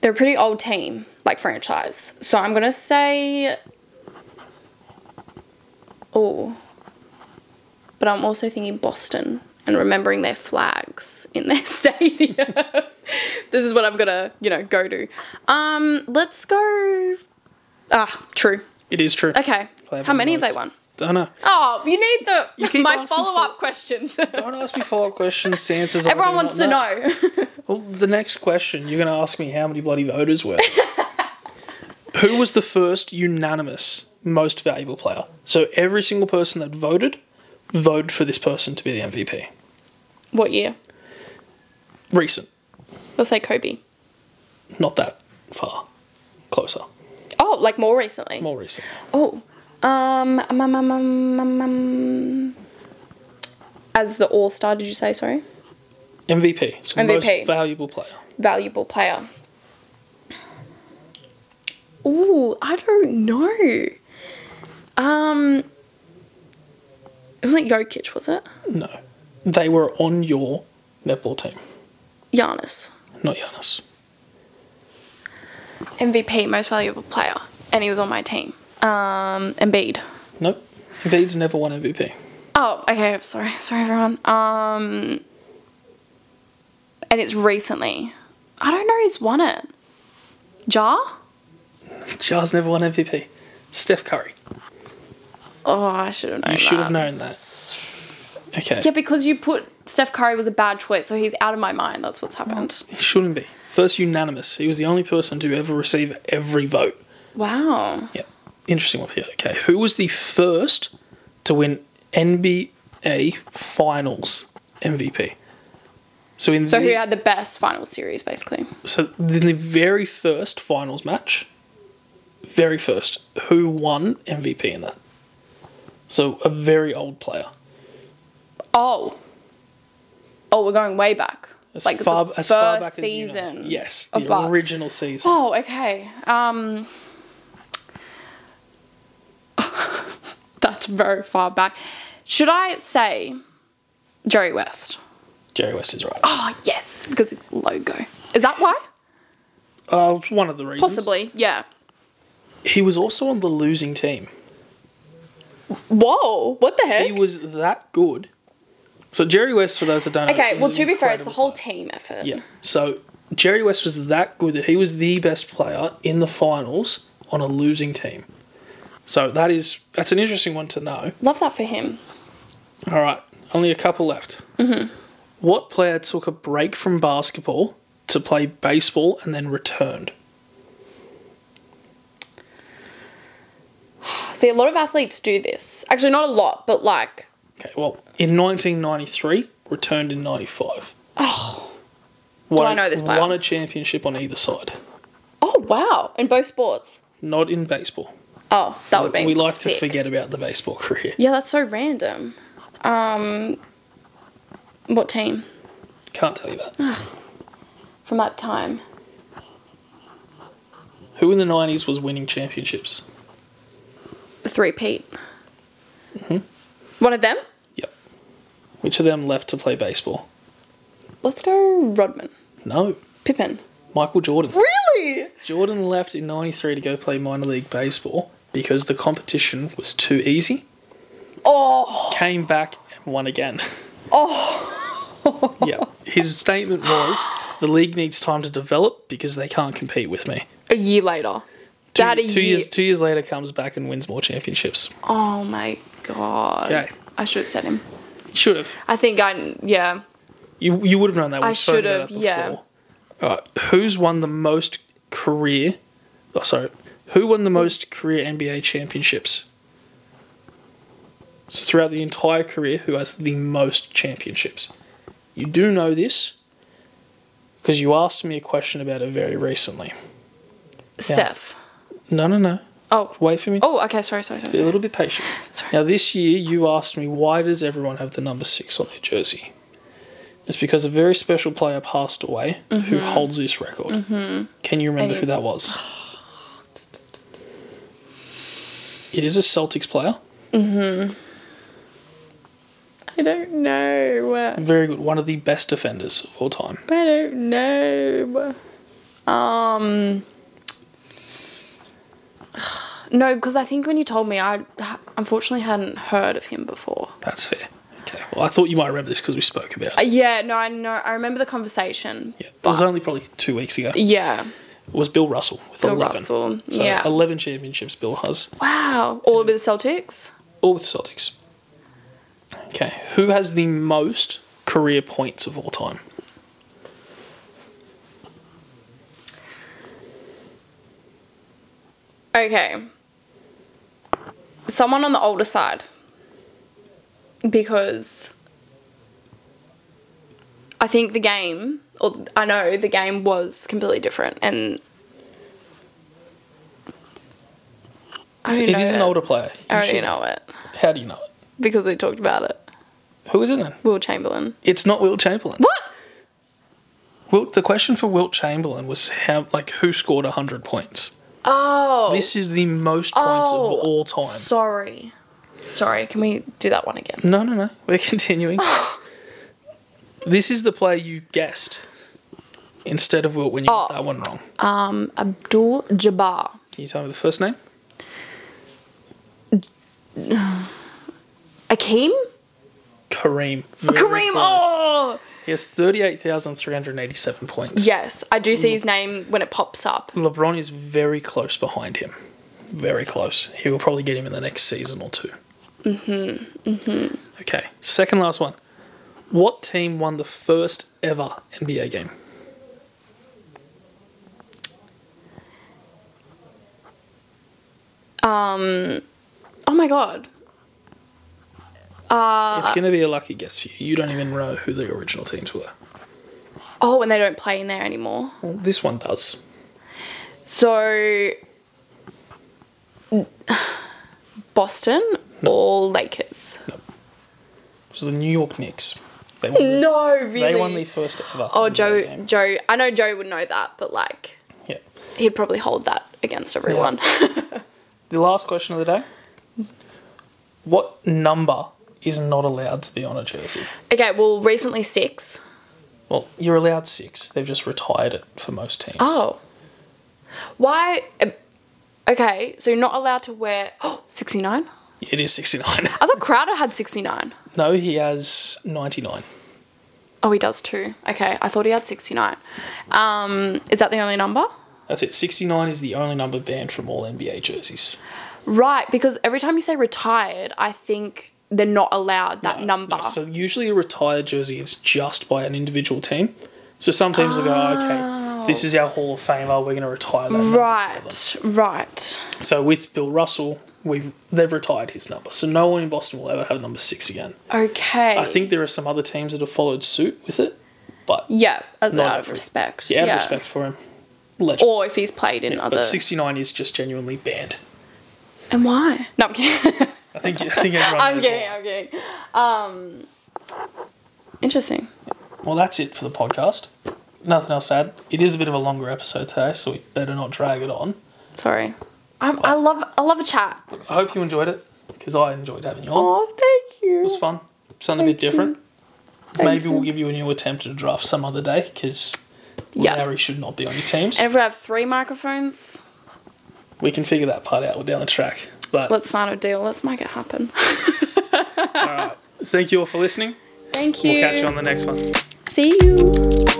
They're a pretty old team, like franchise. So I'm gonna say oh, but I'm also thinking Boston and remembering their flags in their <laughs> stadium. this is what I'm gonna, you know, go to. Um, let's go. Ah, true.
It is true.
Okay.
They have
How
won
many have
most.
they won?
Don't know.
Oh, you need the
keep
my
asking for-
follow up questions.
Don't ask me follow up questions to answers. I
Everyone
do
wants to
not
know. <laughs>
Well, the next question, you're going <laughs> to ask me how many bloody voters were. Who was the first unanimous most valuable player. So every single person that voted voted for this person to be the MVP.
What year?
Recent,
Let's say Kobe.
not that far, closer,
Oh, like more recently.
more recent.
Oh, um, um, um, um, um, um, um. as the All Star, did you say? Sorry,
MVP, so
MVP.
most valuable player.
valuable player. Ooh, I don't know. Um, it wasn't Jokic, was it?
No, they were on your netball team,
Giannis,
not Giannis.
MVP, most valuable player, and he was on my team. Um, Embiid.
Nope, Embiid's never won MVP.
Oh, okay. Sorry, <laughs> sorry, everyone. Um, and it's recently. I don't know who's won it. Jar?
Jar's never won MVP. Steph Curry.
Oh, I should have known.
You should have
that.
known that. Okay.
Yeah, because you put Steph Curry was a bad choice, so he's out of my mind. That's what's happened.
He shouldn't be. First unanimous. He was the only person to ever receive every vote.
Wow.
Yeah. Interesting one for you. Okay. Who was the first to win NBA Finals MVP? So in
So
the,
who had the best final series, basically?
so in the very first finals match, very first, who won MVP in that? So a very old player.
Oh. Oh, we're going way back.
As
like
far
the
as
first
far back
season.
as you know. Yes,
of
the
Bar-
original season.
<gasps> Oh, okay. Um, <laughs> that's very far back. Should I say Jerry West?
Jerry West is right.
Oh, yes, because it's logo. Is that why?
Uh, it's one of the reasons.
Possibly, yeah.
He was also on the losing team.
Whoa, what the heck?
He was that good. So Jerry West, for those that don't know,
okay,
is
well,
an
to be fair, it's a
incredible
whole
player.
team effort.
Yeah. So Jerry West was that good that he was the best player in the finals on a losing team. So that is that's an interesting one to know.
Love that for him.
All right, only a couple left. Mm-hmm. What player took a break from basketball to play baseball and then returned?
See, a lot of athletes do this. Actually, not a lot, but like,
Okay, well, in 1993, returned in 95.
oh,
Won,
I know this player?
Won a championship on either side.
oh, wow, in both sports.
Not in baseball.
Oh, that would be
we like
sick.
to forget about the baseball <laughs> career.
Yeah, that's so random. Um, what team
Can't tell you that.
from that time?
Who in the 90s was winning championships?
The three Pete.
Mm-hmm.
One of them.
Yep. Which of them left to play baseball?
Let's go Rodman,
No.
Pippen.
Michael Jordan.
Really?
Jordan left in 93 to go play minor league baseball because the competition was too easy.
Oh,
Came back and won again. Oh. yeah. His statement was the league needs time to develop because they can't compete with me.
a year later.
Two,
That a
two
year.
years two years later comes back and wins more championships.
Oh my god.
Okay.
I should have said him.
Should have.
I think I yeah.
You you would have known that. We've
I
spoken
should
about
have,
that
yeah.
before. All right. Who's won the most career? Oh, sorry. Who won the most career NBA championships? So throughout the entire career, who has the most championships? You do know this because you asked me a question about it very recently.
Steph.
No, no, no.
Oh.
Wait for me.
Oh, okay. Sorry, sorry,
Be a
sorry.
little bit patient.
Sorry.
Now, this year, you asked me why does everyone have the number six on their jersey? It's because a very special player passed away who
Mm-hmm.
holds this record. Can you remember
Any-
who that
<gasps>
was? It is a Celtics player.
I don't know.
Very good. One of the best defenders of all time.
I don't know. Um. <sighs> No, because I think when you told me, I ha- unfortunately hadn't heard of him before.
That's fair. Okay. Well, I thought you might remember this because we spoke about
Uh,
it.
yeah, no, I know. I remember the conversation.
Yeah. It was only probably two weeks ago. It
Yeah.
was Bill Russell with
Bill
11.
Russell,
So
yeah.
11 championships Bill has.
Wow. All with the Celtics.
All with Celtics. Okay, who has the most career points of all time?
Okay. someone on the older side because I think the game, or I know the game was completely different, and I
It's-
already
It
know
is an
it.
older player. You
I already
should-
know it
How do you know it?
because we talked about it.
Who is it then?
Will Chamberlain.
It's not Wilt Chamberlain.
What?
Wilt, the question for Wilt Chamberlain was how, like, who scored 100 points?
Oh.
This is the most points of
Oh,
all time.
Sorry. Sorry, can we do that one again?
no, no, no. We're <laughs>
<laughs>
continuing. this is the player you guessed instead of Wilt when you got
Oh.
that one wrong.
Um, Abdul Jabbar.
Can you tell me the first name?
Akeem?
Kareem. Very
Kareem.
close.
Oh!
He has 38,387 points.
Yes, I do see his name when it pops up.
LeBron is very close behind him. Very close. He will probably get him in the next season or 2 Mm-hmm. Mm-hmm.
Mm-hmm.
Okay. Second last one. What team won the first ever NBA game?
Oh my god.
it's
Uh,
going to be a lucky guess for you. You don't even know who the original teams were.
Oh, and they don't play in there anymore.
Well, this one does.
So, Boston or Lakers?
It was the New York Knicks. They won,
No, really.
they won the first ever.
oh,
NBA
Joe.
game.
Joe. I know Joe would know that, but like,
Yeah.
he'd probably hold that against everyone.
The last question of the day. What number is not allowed to be on a jersey?
<laughs> okay. Well, recently six.
Well, you're allowed six. They've just retired it for most teams.
Oh. Why? um, Okay, so you're not allowed to wear. <gasps> Oh, 69?
It is 69.
I thought Crowder had 69.
<laughs> no, he has 99.
Oh, he does too. Okay, I thought he had 69. Um, is that the only number?
That's it. 69 is the only number banned from all NBA jerseys.
Right, because every time you say retired, I think they're not allowed that
No,
number.
no. So usually a retired jersey is just by an individual team. So some teams will go, okay, this is our Hall of Famer. We're going to retire that. number."
Oh. right, right.
So with Bill Russell, we've, they've retired his number. So no one in Boston will ever have number six again.
Okay.
I think there are some other teams that have followed suit with it, but
Yeah, as
Not
out of
every-
respect.
yeah, out of
Yeah.
respect for him. Legend.
Or if he's played in other.
But 69 is just genuinely banned.
and why? No, I'm kidding. <laughs>
I think I think everyone
I'm
knows
kidding,
why.
I'm kidding. Um, interesting.
Well, that's it for the podcast. Nothing else to add. It is a bit of a longer episode today, so we better not drag it on.
Sorry. I'm, I love I love a chat.
Look, I hope you enjoyed it because I enjoyed having you on.
Oh, thank you.
It was fun. Something a bit
Thank you.
different. Maybe we'll give you a new attempt at a draft some other day because
Yeah.
Larry should not be on your teams.
And if we have three microphones,
we can figure that part out down the track. But
let's sign a deal. Let's make it happen.
all right. Thank you all for listening.
Thank you.
We'll catch you on the next one.
See you.